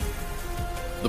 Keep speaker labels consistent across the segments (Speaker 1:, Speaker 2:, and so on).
Speaker 1: The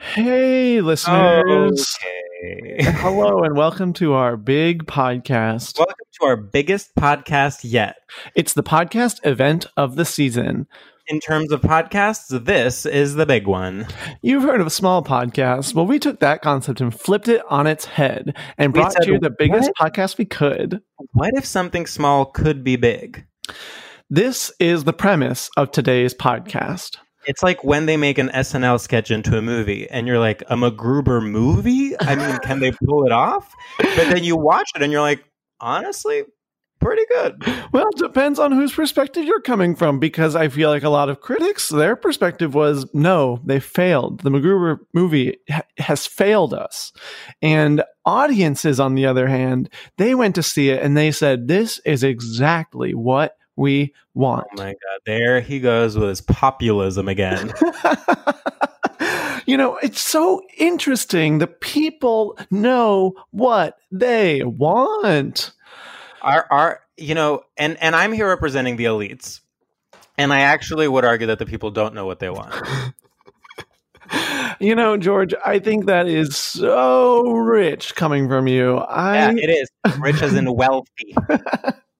Speaker 2: Hey, listeners. Hello, and welcome to our big podcast.
Speaker 3: Welcome to our biggest podcast yet.
Speaker 2: It's the podcast event of the season.
Speaker 3: In terms of podcasts, this is the big one.
Speaker 2: You've heard of small podcasts. Well, we took that concept and flipped it on its head and
Speaker 3: We
Speaker 2: brought
Speaker 3: said,
Speaker 2: you the biggest podcast we could.
Speaker 3: What if something small could be big?
Speaker 2: This is the premise of today's podcast.
Speaker 3: It's like when they make an SNL sketch into a movie and you're like, a MacGruber movie? I mean, can they pull it off? But then you watch it and you're like, honestly, pretty good.
Speaker 2: Well, it depends on whose perspective you're coming from, because I feel like a lot of critics, their perspective was no, they failed. The MacGruber movie ha- has failed us. And audiences, on the other hand, they went to see it and they said, this is exactly what we want.
Speaker 3: Oh my God. There he goes with his populism again.
Speaker 2: you know, it's so interesting. The people know what they want.
Speaker 3: our our you know and and i'm here representing the elites and i actually would argue that the people don't know what they want
Speaker 2: You know, George, I think that is so rich coming from you. I
Speaker 3: yeah it is rich as in wealthy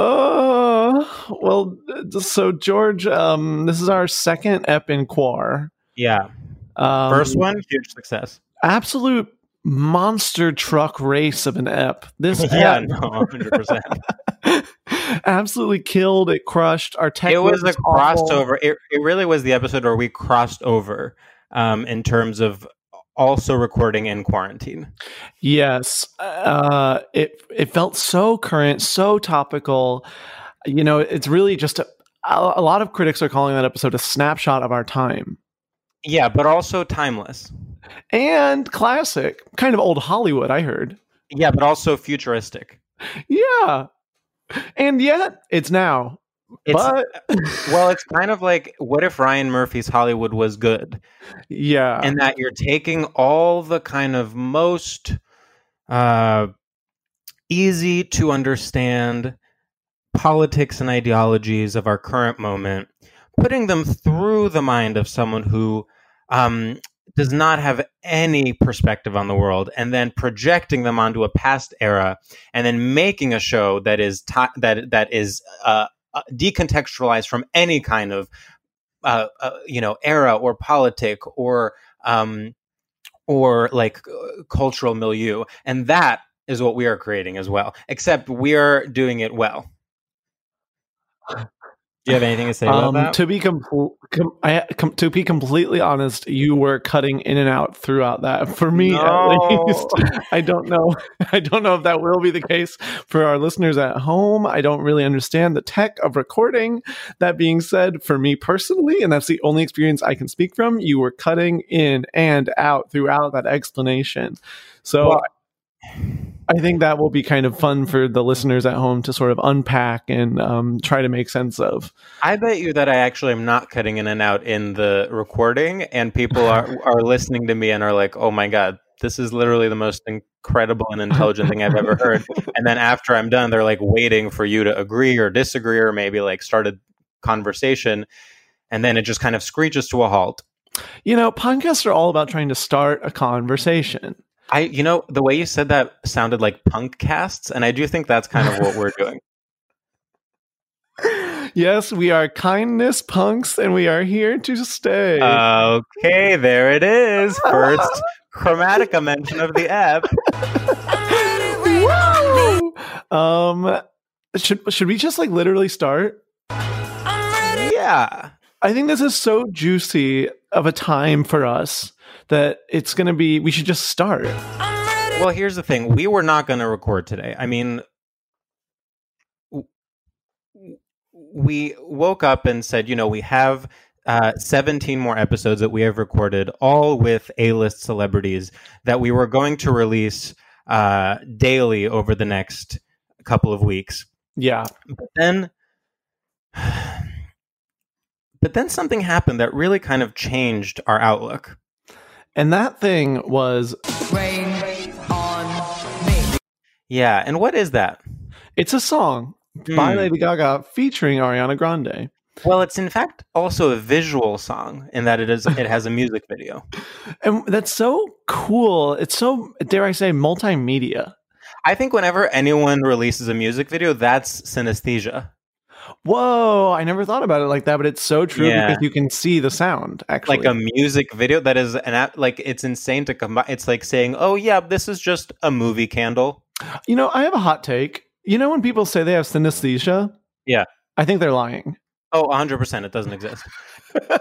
Speaker 2: Oh, well, th- so George, um, this is our second ep in Quar.
Speaker 3: yeah
Speaker 2: Um,
Speaker 3: first one huge success
Speaker 2: absolute monster truck race of an ep. This
Speaker 3: yeah
Speaker 2: ep
Speaker 3: no 100%
Speaker 2: absolutely killed. It crushed our tech.
Speaker 3: it was a
Speaker 2: awful.
Speaker 3: crossover it, it really was the episode where we crossed over um in terms of also recording in quarantine
Speaker 2: Yes, uh, it it felt so current, so topical. You know, it's really just a, a a lot of critics are calling that episode a snapshot of our time.
Speaker 3: yeah but also timeless
Speaker 2: And classic, kind of old Hollywood, I heard.
Speaker 3: yeah but also futuristic
Speaker 2: Yeah.
Speaker 3: and yet it's now.
Speaker 2: It's,
Speaker 3: but
Speaker 2: well, it's kind of like what if Ryan Murphy's Hollywood was good?
Speaker 3: Yeah.
Speaker 2: And that you're taking all the kind of most uh, easy to understand politics and ideologies of our current moment, putting them through the mind of someone who um, does not have any perspective on the world, and then projecting them onto a past era, and then making a show that is ti that that is uh, uh, decontextualized from any kind of uh, uh, you know era or politic or um, or like uh, cultural milieu, and that is what we are creating as well. Except we are doing it well. Do you have anything to say about that?
Speaker 3: Um, To be compl- com- I, com- to be completely honest, you were cutting in and out throughout that. For me,
Speaker 2: No.
Speaker 3: at least, I don't know. I don't know if that will be the case for our listeners at home. I don't really understand the tech of recording. That being said, for me personally, and that's the only experience I can speak from, you were cutting in and out throughout that explanation. So.
Speaker 2: Well,
Speaker 3: I think that will be kind of fun for the listeners at home to sort of unpack and um, try to make sense of.
Speaker 2: I bet you that I actually am not cutting in and out in the recording, and people are are listening to me and are like, "Oh my god, this is literally the most incredible and intelligent thing I've ever heard." And then after I'm done, they're like waiting for you to agree or disagree, or maybe like start a conversation, and then it just kind of screeches to a halt.
Speaker 3: You know, podcasts are all about trying to start a conversation.
Speaker 2: I, you know, the way you said that sounded like punk casts, and I do think that's kind of what we're doing.
Speaker 3: Yes, we are kindness punks and we are here to stay.
Speaker 2: Okay, there it is. First chromatica mention of the app.
Speaker 3: Woo! Um should should we just like literally start?
Speaker 2: Yeah.
Speaker 3: I think this is so juicy of a time for us that it's going to be we should just start.
Speaker 2: Well, here's the thing. We were not going to record today. I mean, w- we woke up and said, you know, we have uh, 17 more episodes that we have recorded, all with A list celebrities that we were going to release uh, daily over the next couple of weeks.
Speaker 3: Yeah.
Speaker 2: But then. But then something happened that really kind of changed our outlook.
Speaker 3: And that thing was
Speaker 2: Yeah. And what is that?
Speaker 3: it's a song by
Speaker 2: Hmm.
Speaker 3: Lady Gaga featuring Ariana Grande.
Speaker 2: Well, it's in fact also a visual song in that it is it has a music video.
Speaker 3: And that's so cool. It's so dare I say multimedia.
Speaker 2: I think whenever anyone releases a music video, that's synesthesia.
Speaker 3: Whoa, I never thought about it like that, but it's so true
Speaker 2: Yeah.
Speaker 3: because you can see the sound actually.
Speaker 2: Like a music video that is an app, like it's insane to combine. It's like saying, "Oh yeah, this is just a movie candle."
Speaker 3: you know, I have a hot take. You know when people say they have synesthesia?
Speaker 2: Yeah.
Speaker 3: I think they're lying.
Speaker 2: Oh, 100%. It doesn't exist.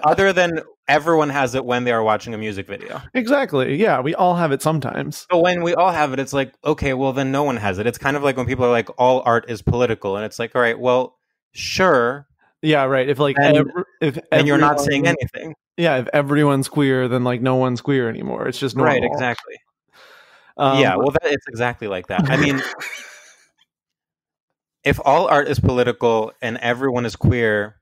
Speaker 2: Other than everyone has it when they are watching a music video.
Speaker 3: Exactly. Yeah, we all have it sometimes.
Speaker 2: But when we all have it, it's like, okay, well, then no one has it. It's kind of like when people are like, all art is political. And it's like, all right, well, sure.
Speaker 3: Yeah, right. If like
Speaker 2: And-
Speaker 3: ever- if
Speaker 2: And you're not
Speaker 3: everyone-
Speaker 2: saying anything.
Speaker 3: Yeah, if everyone's queer, then like no one's queer anymore. It's just normal.
Speaker 2: Right, exactly.
Speaker 3: Um,
Speaker 2: yeah, well, that, it's exactly like that. I mean, if all art is political and everyone is queer,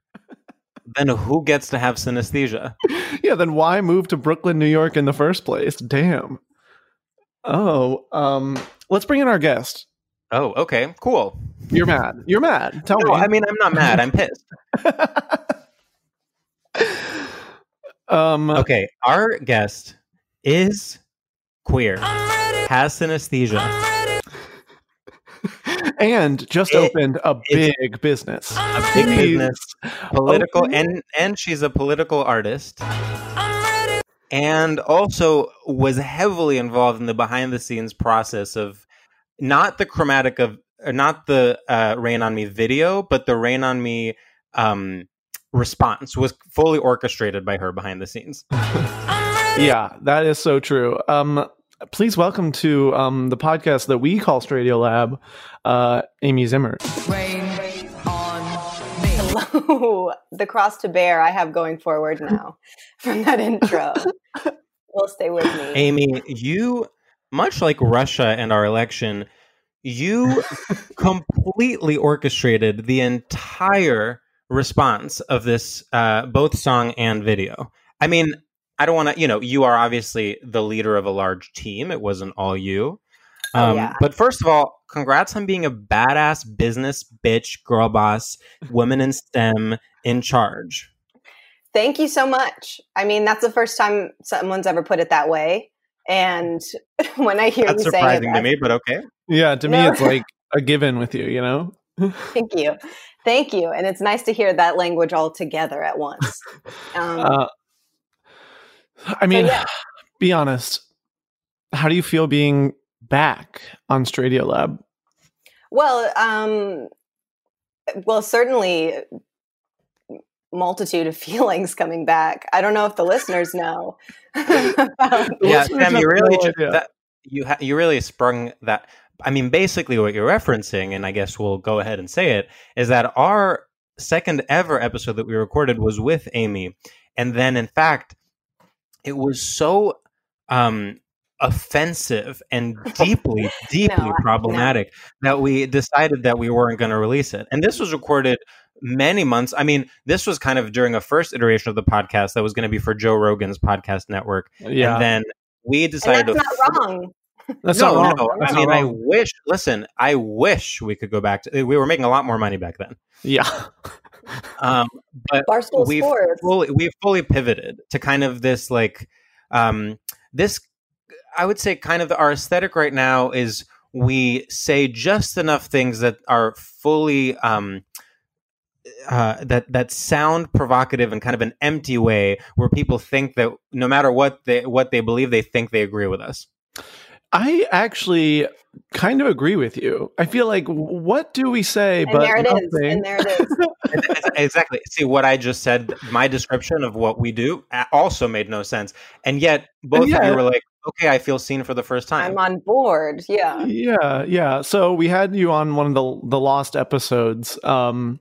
Speaker 2: then who gets to have synesthesia?
Speaker 3: yeah. Then why move to Brooklyn, New York, in the first place? Damn. Oh, um, let's bring in our guest.
Speaker 2: Oh, okay, cool.
Speaker 3: You're mad. You're mad. Tell
Speaker 2: No,
Speaker 3: me.
Speaker 2: I mean, I'm not mad. I'm pissed.
Speaker 3: um,
Speaker 2: Okay, our guest is queer, has synesthesia,
Speaker 3: and just
Speaker 2: It-
Speaker 3: opened a
Speaker 2: it's-
Speaker 3: big business.
Speaker 2: a big
Speaker 3: Please.
Speaker 2: business, political, and and she's a political artist. And also was heavily involved in the behind the scenes process of not the chromatic of or not the uh, Rain on Me video, but the Rain on Me um, response was fully orchestrated by her behind the scenes.
Speaker 3: Yeah, that is so true. Um, please welcome to um, the podcast that we call Stradio Lab, uh, Amy Zimmer.
Speaker 4: Hello, the cross to bear I have going forward now from that intro. will stay with me.
Speaker 2: Amy, you much like Russia and our election, You completely orchestrated the entire response of this, uh, both song and video. I mean, I don't want to, you know, you are obviously the leader of a large team. It wasn't all you. Um,
Speaker 5: yeah.
Speaker 2: But first of all, congrats on being a badass business bitch, girl boss, woman in STEM in charge.
Speaker 6: Thank you so much. I mean, that's the first time someone's ever put it that way. And when I hear
Speaker 2: That's
Speaker 6: you saying
Speaker 2: surprising
Speaker 6: that,
Speaker 2: to me, but okay.
Speaker 3: Yeah, to me,
Speaker 6: No.
Speaker 3: it's like a given with you, you know?
Speaker 6: thank you, thank you, and it's nice to hear that language all together at once. Um,
Speaker 3: Uh, I mean, be honest. How do you feel being back on Stradio Lab?
Speaker 6: Well, um, well, certainly multitude of feelings coming back. I don't know if the listeners know.
Speaker 2: yeah, Sam, you really ju- that, you ha- you really sprung that. I mean, basically, what you're referencing, and I guess we'll go ahead and say it, is that our second ever episode that we recorded was with Amy, and then in fact, it was so um, offensive and deeply, deeply problematic that we decided that we weren't going to release it. And this was recorded many months. I mean, this was kind of during a first iteration of the podcast that was going to be for Joe Rogan's podcast network.
Speaker 3: Yeah.
Speaker 2: And then we
Speaker 6: and
Speaker 2: decided
Speaker 6: that's
Speaker 2: to
Speaker 6: not wrong.
Speaker 2: no, no.
Speaker 3: That's
Speaker 2: I mean,
Speaker 3: not
Speaker 2: I
Speaker 3: wrong.
Speaker 2: wish. Listen, I wish we could go back to. We were making a lot more money back then.
Speaker 3: Yeah.
Speaker 2: Um, but
Speaker 6: Barstool
Speaker 2: we
Speaker 6: Sports.
Speaker 2: fully we fully pivoted to kind of this like um, this. I would say kind of our aesthetic right now is we say just enough things that are fully um, uh, that that sound provocative in kind of an empty way, where people think that no matter what they what they believe, they think they agree with us.
Speaker 3: I actually kind of agree with you. I feel like, what do we say?
Speaker 6: And
Speaker 3: but
Speaker 6: there it is.
Speaker 3: nothing?
Speaker 6: And there it is.
Speaker 2: exactly. See what I just said. My description of what we do a- also made no sense, and yet both of
Speaker 3: yet-
Speaker 2: you were like, "Okay, I feel seen for the first time."
Speaker 6: I'm on board. Yeah.
Speaker 3: Yeah, yeah. So we had you on one of the the lost episodes. Um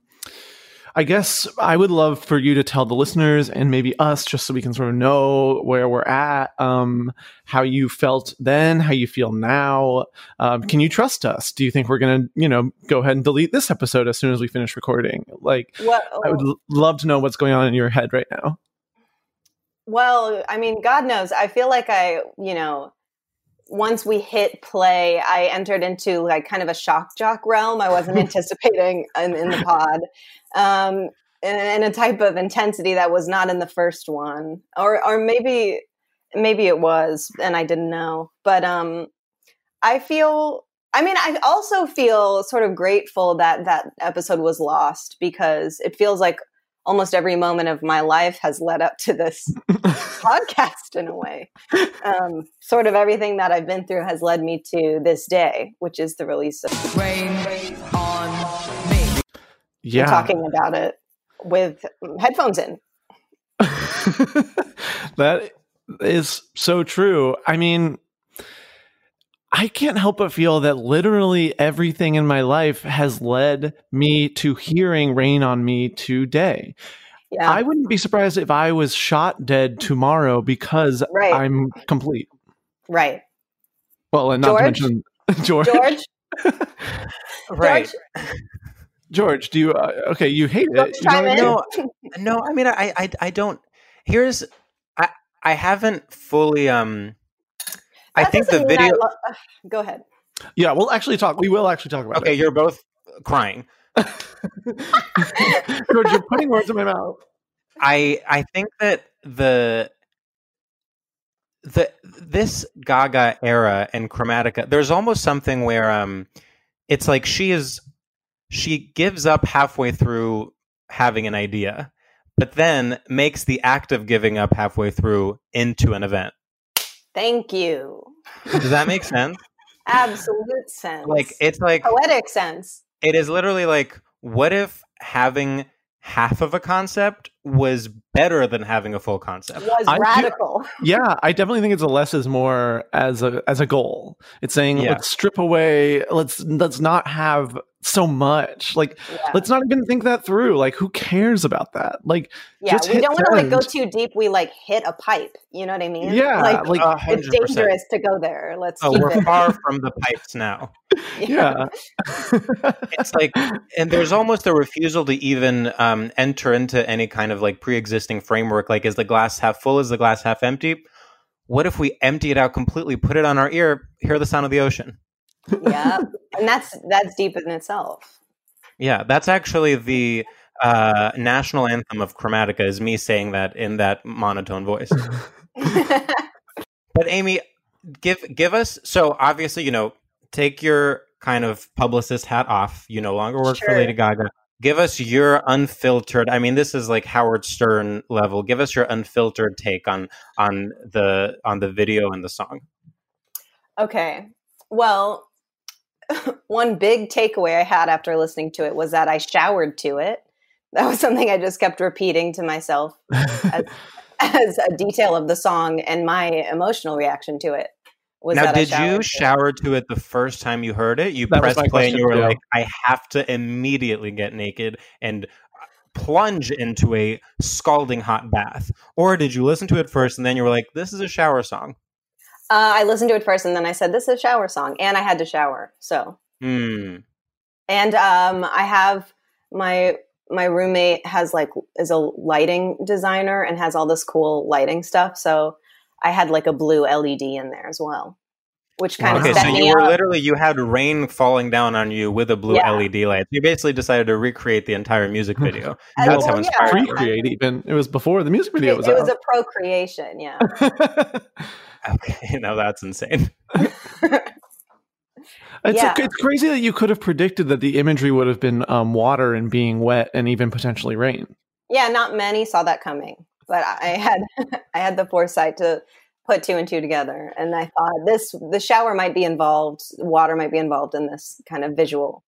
Speaker 3: I guess I would love for you to tell the listeners and maybe us just so we can sort of know where we're at, um, how you felt then, how you feel now. Um, can you trust us? Do you think we're going to, you know, go ahead and delete this episode as soon as we finish recording? Like,
Speaker 6: Well,
Speaker 3: I would l- love to know what's going on in your head right now.
Speaker 6: well, I mean, God knows. I feel like I, you know, once we hit play, I entered into like kind of a shock jock realm I wasn't anticipating in, in the pod, um, and, and a type of intensity that was not in the first one, or or maybe maybe it was, and I didn't know. But um, I feel. I mean, I also feel sort of grateful that that episode was lost because it feels like almost every moment of my life has led up to this podcast in a way. Um, sort of everything that I've been through has led me to this day, which is the release of Rain on Me.
Speaker 3: Yeah.
Speaker 6: Talking about it with headphones in.
Speaker 3: That is so true. I mean, I can't help but feel that literally everything in my life has led me to hearing Rain on Me today.
Speaker 6: Yeah.
Speaker 3: I wouldn't be surprised if I was shot dead tomorrow because
Speaker 6: Right.
Speaker 3: I'm complete.
Speaker 6: Right.
Speaker 3: Well, and not to
Speaker 6: George?
Speaker 3: mention George.
Speaker 6: George?
Speaker 2: Right.
Speaker 3: George, do you? Uh, okay, you hate it. You don't
Speaker 2: no,
Speaker 3: like
Speaker 2: no. I mean, I, I, I don't. Here's, I, I haven't fully. Um, I
Speaker 6: That
Speaker 2: think the
Speaker 6: doesn't mean I
Speaker 2: video.
Speaker 6: lo- Ugh, go ahead.
Speaker 3: it. Yeah, we'll actually talk. We will actually talk about
Speaker 2: okay, you're both crying.
Speaker 3: it. George, you're putting words in my mouth.
Speaker 2: I I think that the the this Gaga era and Chromatica, there's almost something where um, it's like she is she gives up halfway through having an idea, but then makes the act of giving up halfway through into an event.
Speaker 6: Thank you.
Speaker 2: Does that make sense?
Speaker 6: Absolute sense.
Speaker 2: Like it's like
Speaker 6: poetic sense.
Speaker 2: it is literally like what if having half of a concept was better than having a full concept?
Speaker 6: Was
Speaker 3: I do-
Speaker 6: radical.
Speaker 3: yeah i definitely think it's a less is more as a as a goal it's saying
Speaker 2: Yeah.
Speaker 3: let's strip away let's let's not have so much. Like, let's not even think that through. Like, who cares about that? Like,
Speaker 7: Yeah,
Speaker 3: just
Speaker 7: we
Speaker 3: hit
Speaker 7: don't want to like go too
Speaker 3: send.
Speaker 7: deep. We like hit a pipe. You know what I mean?
Speaker 3: Yeah,
Speaker 7: like,
Speaker 3: like- A
Speaker 7: it's
Speaker 3: hundred percent.
Speaker 7: dangerous to go there. Let's.
Speaker 2: Oh,
Speaker 7: keep
Speaker 2: we're
Speaker 7: it.
Speaker 2: far from the pipes now.
Speaker 3: Yeah.
Speaker 2: it's like, and there's almost a refusal to even um, enter into any kind of like pre existing framework. Like, is the glass half full? Is the glass half empty? What if we empty it out completely, put it on our ear, hear the sound of the ocean?
Speaker 7: yeah, and that's that's deep in itself.
Speaker 2: Yeah, that's actually the uh, national anthem of Chromatica, is me saying that in that monotone voice. but Amy, give give us so obviously, you know, take your kind of publicist hat off. You no longer work for
Speaker 8: Sure.
Speaker 2: Lady Gaga. Give us your unfiltered. I mean, this is like Howard Stern level. Give us your unfiltered take on on the on the video and the song.
Speaker 7: Okay. Well, one big takeaway I had after listening to it was that I showered to it. That was something I just kept repeating to myself as, as a detail of the song and my emotional reaction to it was
Speaker 2: now,
Speaker 7: that
Speaker 2: did
Speaker 7: I showered.
Speaker 2: you shower to it the first time you heard it? You
Speaker 3: That was
Speaker 2: pressed
Speaker 3: my
Speaker 2: play
Speaker 3: question,
Speaker 2: and you were
Speaker 3: yeah.
Speaker 2: like, I have to immediately get naked and uh, plunge into a scalding hot bath. Or did you listen to it first and then you were like, this is a shower song?
Speaker 7: Uh, I listened to it first and then I said, this is a shower song. And I had to shower. So,
Speaker 2: Hmm.
Speaker 7: and um, I have my my roommate has like is a lighting designer and has all this cool lighting stuff. So I had like a blue LED in there as well, which kind
Speaker 2: Okay,
Speaker 7: of set
Speaker 2: so
Speaker 7: me
Speaker 2: you were
Speaker 7: up.
Speaker 2: literally, you had rain falling down on you with a blue
Speaker 7: Yeah.
Speaker 2: LED light. You basically decided to recreate the entire music video.
Speaker 7: I
Speaker 2: That's
Speaker 7: will,
Speaker 6: oh,
Speaker 2: how
Speaker 7: yeah.
Speaker 2: inspired you were.
Speaker 3: Recreate even. It was before the music video
Speaker 7: It,
Speaker 3: was
Speaker 7: it
Speaker 3: out.
Speaker 7: was a procreation, yeah.
Speaker 2: Okay, now that's insane.
Speaker 3: It's,
Speaker 7: Yeah.
Speaker 3: it's crazy that you could have predicted that the imagery would have been um, water and being wet and even potentially rain.
Speaker 7: yeah, not many saw that coming, but I had I had the foresight to put two and two together, and I thought this the shower might be involved, water might be involved in this kind of visual,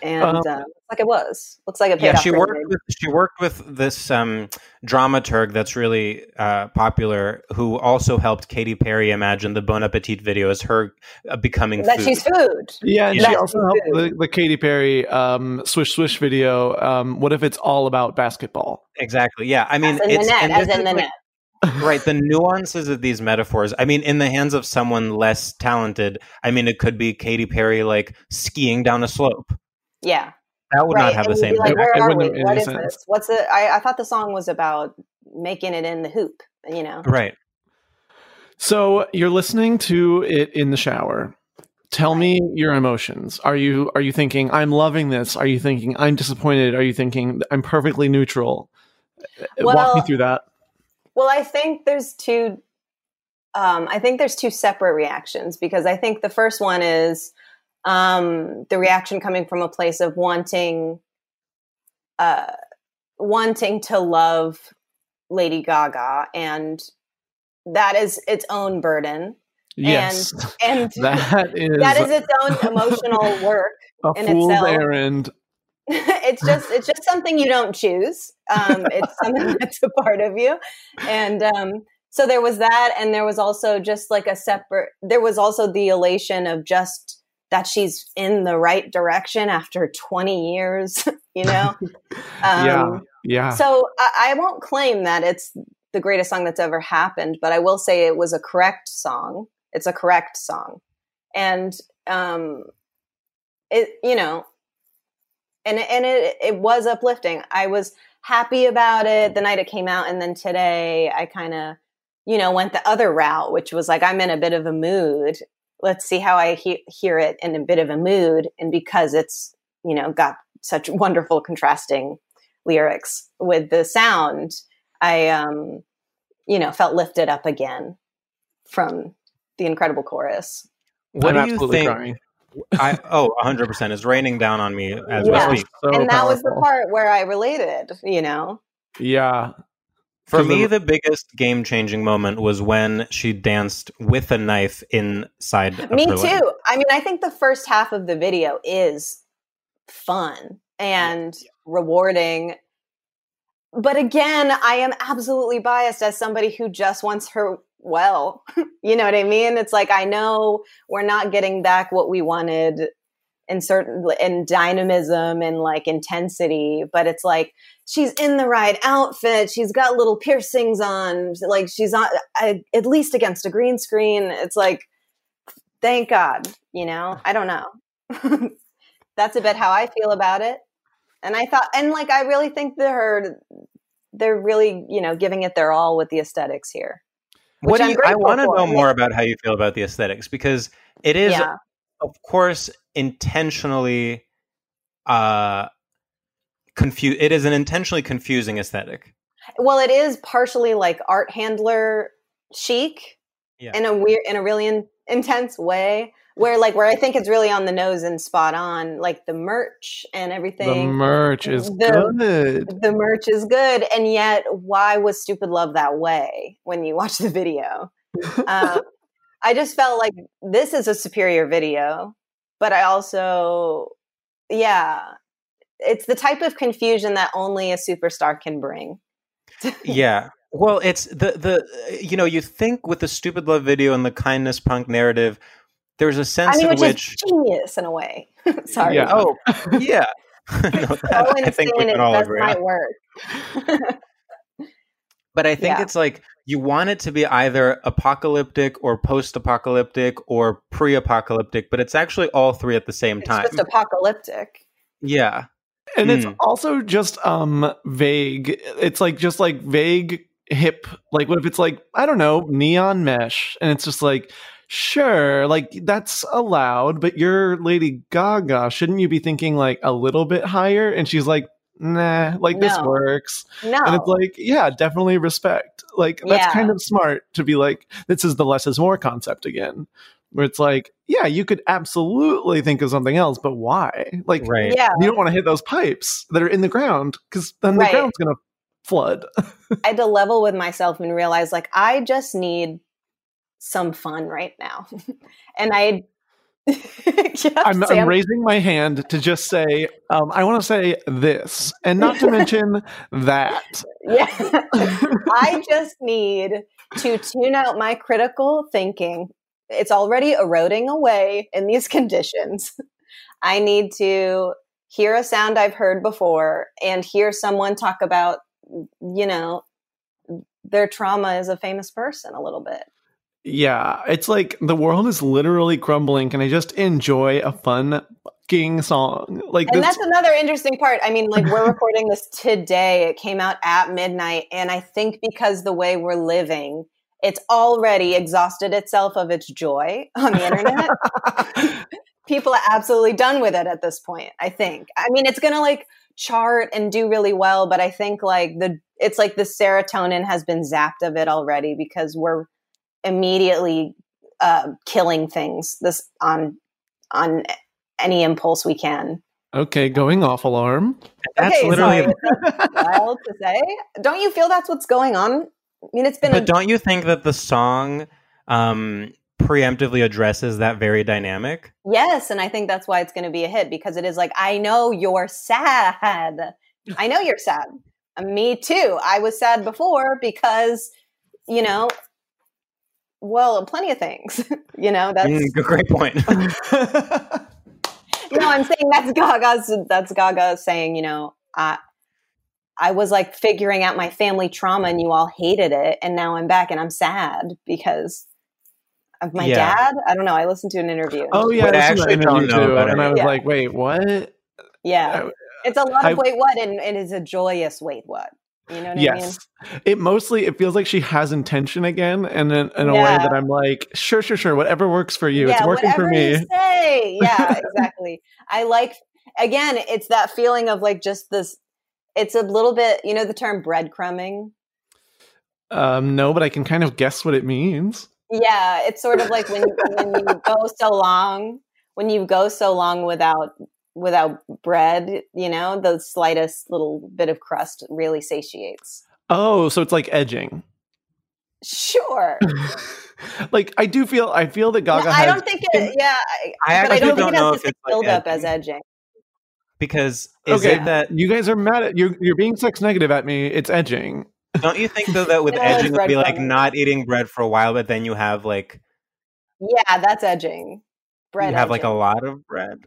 Speaker 7: and
Speaker 2: Um,
Speaker 7: uh, looks like it was. Looks like it paid
Speaker 2: yeah,
Speaker 7: off.
Speaker 2: she
Speaker 7: for
Speaker 2: worked
Speaker 7: me.
Speaker 2: with she worked with this um, dramaturg that's really uh, popular, who also helped Katy Perry imagine the Bon Appetit video as her uh, becoming
Speaker 7: that
Speaker 2: food.
Speaker 7: she's food.
Speaker 3: Yeah, and
Speaker 7: That
Speaker 3: she
Speaker 7: she's
Speaker 3: also helped
Speaker 7: food.
Speaker 3: the, the Katy Perry um, swish swish video. Um, what if it's all about basketball?
Speaker 2: Exactly. Yeah. I mean,
Speaker 7: As in the
Speaker 2: it's
Speaker 7: net,
Speaker 2: and
Speaker 7: as
Speaker 2: this
Speaker 7: in
Speaker 2: is,
Speaker 7: the
Speaker 2: like, right. The nuances of these metaphors. I mean, in the hands of someone less talented, I mean, it could be Katy Perry like skiing down a slope.
Speaker 7: Yeah.
Speaker 2: That would not have
Speaker 7: and
Speaker 2: the
Speaker 7: you'd be
Speaker 2: same.
Speaker 7: Like,
Speaker 2: impact.
Speaker 7: where are we? What is this? What's it? I, I thought the song was about making it in the hoop. You know.
Speaker 2: Right.
Speaker 3: So you're listening to it in the shower. Tell me your emotions. Are you are you thinking I'm loving this? Are you thinking I'm disappointed? Are you thinking I'm perfectly neutral? Uh, Walk me
Speaker 7: Well-
Speaker 3: through that.
Speaker 7: Well, I think there's two. Um, I think there's two separate reactions because I think the first one is um, the reaction coming from a place of wanting, uh, wanting to love Lady Gaga, and that is its own burden.
Speaker 3: Yes.
Speaker 7: and, and
Speaker 3: that is
Speaker 7: that is its own emotional work
Speaker 3: a
Speaker 7: in
Speaker 3: fool's
Speaker 7: itself.
Speaker 3: errand.
Speaker 7: it's just it's just something you don't choose. Um, it's something that's a part of you, and um, so there was that, and there was also just like a separate. There was also the elation of just that she's in the right direction after twenty years. You know, Um,
Speaker 3: yeah. Yeah.
Speaker 7: so I, I won't claim that it's the greatest song that's ever happened, but I will say it was a correct song. It's a correct song, and um, it you know, and it- and it it was uplifting. I was happy about it the night it came out, and then today I kind of you know went the other route, which was like I'm in a bit of a mood. Let's see how I he- hear it in a bit of a mood, and because it's you know got such wonderful contrasting lyrics with the sound, I um, you know felt lifted up again from the incredible chorus.
Speaker 3: I'm
Speaker 2: What do you
Speaker 3: absolutely
Speaker 2: think?
Speaker 3: crying.
Speaker 2: I, oh, 100%. It's raining down on me as
Speaker 7: Yeah.
Speaker 2: we speak.
Speaker 7: and that was the part where I related, you know.
Speaker 3: Yeah.
Speaker 2: For
Speaker 3: 'Cause
Speaker 2: me,
Speaker 3: the-
Speaker 2: the biggest game changing moment was when she danced with a knife inside. of
Speaker 7: Me
Speaker 2: her leg.
Speaker 7: too. I mean, I think the first half of the video is fun and rewarding. But again, I am absolutely biased as somebody who just wants her well. you know what I mean? It's like I know we're not getting back what we wanted
Speaker 6: and certain and dynamism and like intensity but it's like she's in the right outfit she's got little piercings on like she's on I, at least against a green screen it's like thank god you know i don't know that's a bit how i feel about it and i thought and like i really think that her they're really you know giving it their all with the aesthetics here
Speaker 3: what do you, i want to know more about how you feel about the aesthetics because it is yeah. of course intentionally uh confuse it is an intentionally confusing aesthetic
Speaker 6: well it is partially like art handler chic yeah. in a weird in a really in, intense way where like where I think it's really on the nose and spot on, like the merch and everything.
Speaker 2: The merch is the, good.
Speaker 6: The merch is good, and yet why was Stupid Love that way when you watch the video? um, I just felt like this is a superior video, but I also, yeah, it's the type of confusion that only a superstar can bring.
Speaker 3: yeah. Well, it's the the you know you think with the stupid love video and the kindness punk narrative, there's a sense I mean,
Speaker 6: which,
Speaker 3: in which
Speaker 6: genius in a way. Sorry.
Speaker 3: Yeah. Oh, yeah. no, that,
Speaker 6: I think we can all agree. Might work.
Speaker 3: but I think yeah. it's like you want it to be either apocalyptic or post-apocalyptic or pre-apocalyptic, but it's actually all three at the same
Speaker 6: it's
Speaker 3: time.
Speaker 6: It's just apocalyptic.
Speaker 3: Yeah.
Speaker 2: And mm. it's also just um vague. It's like just like vague hip like what if it's like I don't know, neon mesh and it's just like sure, like that's allowed, but you're Lady Gaga. Shouldn't you be thinking like a little bit higher? And she's like, nah, like no. this works.
Speaker 6: No.
Speaker 2: And it's like, yeah, definitely respect. Like that's yeah. kind of smart to be like, this is the less is more concept again. Where it's like, yeah, you could absolutely think of something else, but why? Like,
Speaker 3: right.
Speaker 2: yeah. you don't want to hit those pipes that are in the ground because then the right. ground's going to flood.
Speaker 6: I had to level with myself and realize, like, I just need some fun right now. and I.
Speaker 2: yeah, I'm, I'm, raising my hand to just say, um, I want to say this, and not to mention that.
Speaker 6: Yeah. I just need to tune out my critical thinking. It's already eroding away in these conditions. I need to hear a sound I've heard before and hear someone talk about, you know, their trauma as a famous person a little bit.
Speaker 2: Yeah, it's like the world is literally crumbling. Can I just enjoy a fun fucking song? Like,
Speaker 6: and this- that's another interesting part. I mean, like we're recording this today. It came out at midnight, and I think because the way we're living, it's already exhausted itself of its joy on the internet. People are absolutely done with it at this point. I think. I mean, it's gonna like chart and do really well, but I think like the it's like the serotonin has been zapped of it already because we're immediately uh, killing things this on on any impulse we can.
Speaker 2: Okay, going off alarm.
Speaker 3: That's okay, literally
Speaker 6: sorry, wild to say. Don't you feel that's what's going on? I mean, it's been.
Speaker 3: But a- don't you think that the song um, preemptively addresses that very dynamic?
Speaker 6: Yes, and I think that's why it's going to be a hit because it is like I know you're sad. I know you're sad. Me too. I was sad before because you know well plenty of things you know that's
Speaker 2: Mm,
Speaker 3: a great point
Speaker 6: no i'm saying that's gaga's that's gaga saying you know i i was like figuring out my family trauma and you all hated it and now i'm back and i'm sad because of my yeah. dad i don't know i listened to an interview
Speaker 2: oh yeah i actually don't know and i was yeah. like wait what
Speaker 6: yeah I, it's a lot of I, wait what and it is a joyous wait what you know
Speaker 2: yes.
Speaker 6: I mean?
Speaker 2: It mostly it feels like she has intention again and in, in a yeah. way that I'm like, sure, sure, sure, whatever works for you.
Speaker 6: Yeah,
Speaker 2: it's working for me.
Speaker 6: say. Yeah, exactly. I like again, it's that feeling of like just this it's a little bit, you know the term breadcrumbing?
Speaker 2: Um, no, but I can kind of guess what it means.
Speaker 6: Yeah, it's sort of like when when you go so long, when you go so long without without bread, you know, the slightest little bit of crust really satiates.
Speaker 2: Oh, so it's like edging.
Speaker 6: Sure.
Speaker 2: like I do feel I feel that Gaga.
Speaker 6: No, I don't think it. Yeah, I, I, but I don't think don't it has know the same build like up edging. as edging.
Speaker 3: Because is okay, it that
Speaker 2: you guys are mad at you're you're being sex negative at me? It's edging.
Speaker 3: Don't you think though that with edging would be like it. not eating bread for a while, but then you have like.
Speaker 6: Yeah, that's edging.
Speaker 3: Bread. You have edging. like a lot of bread.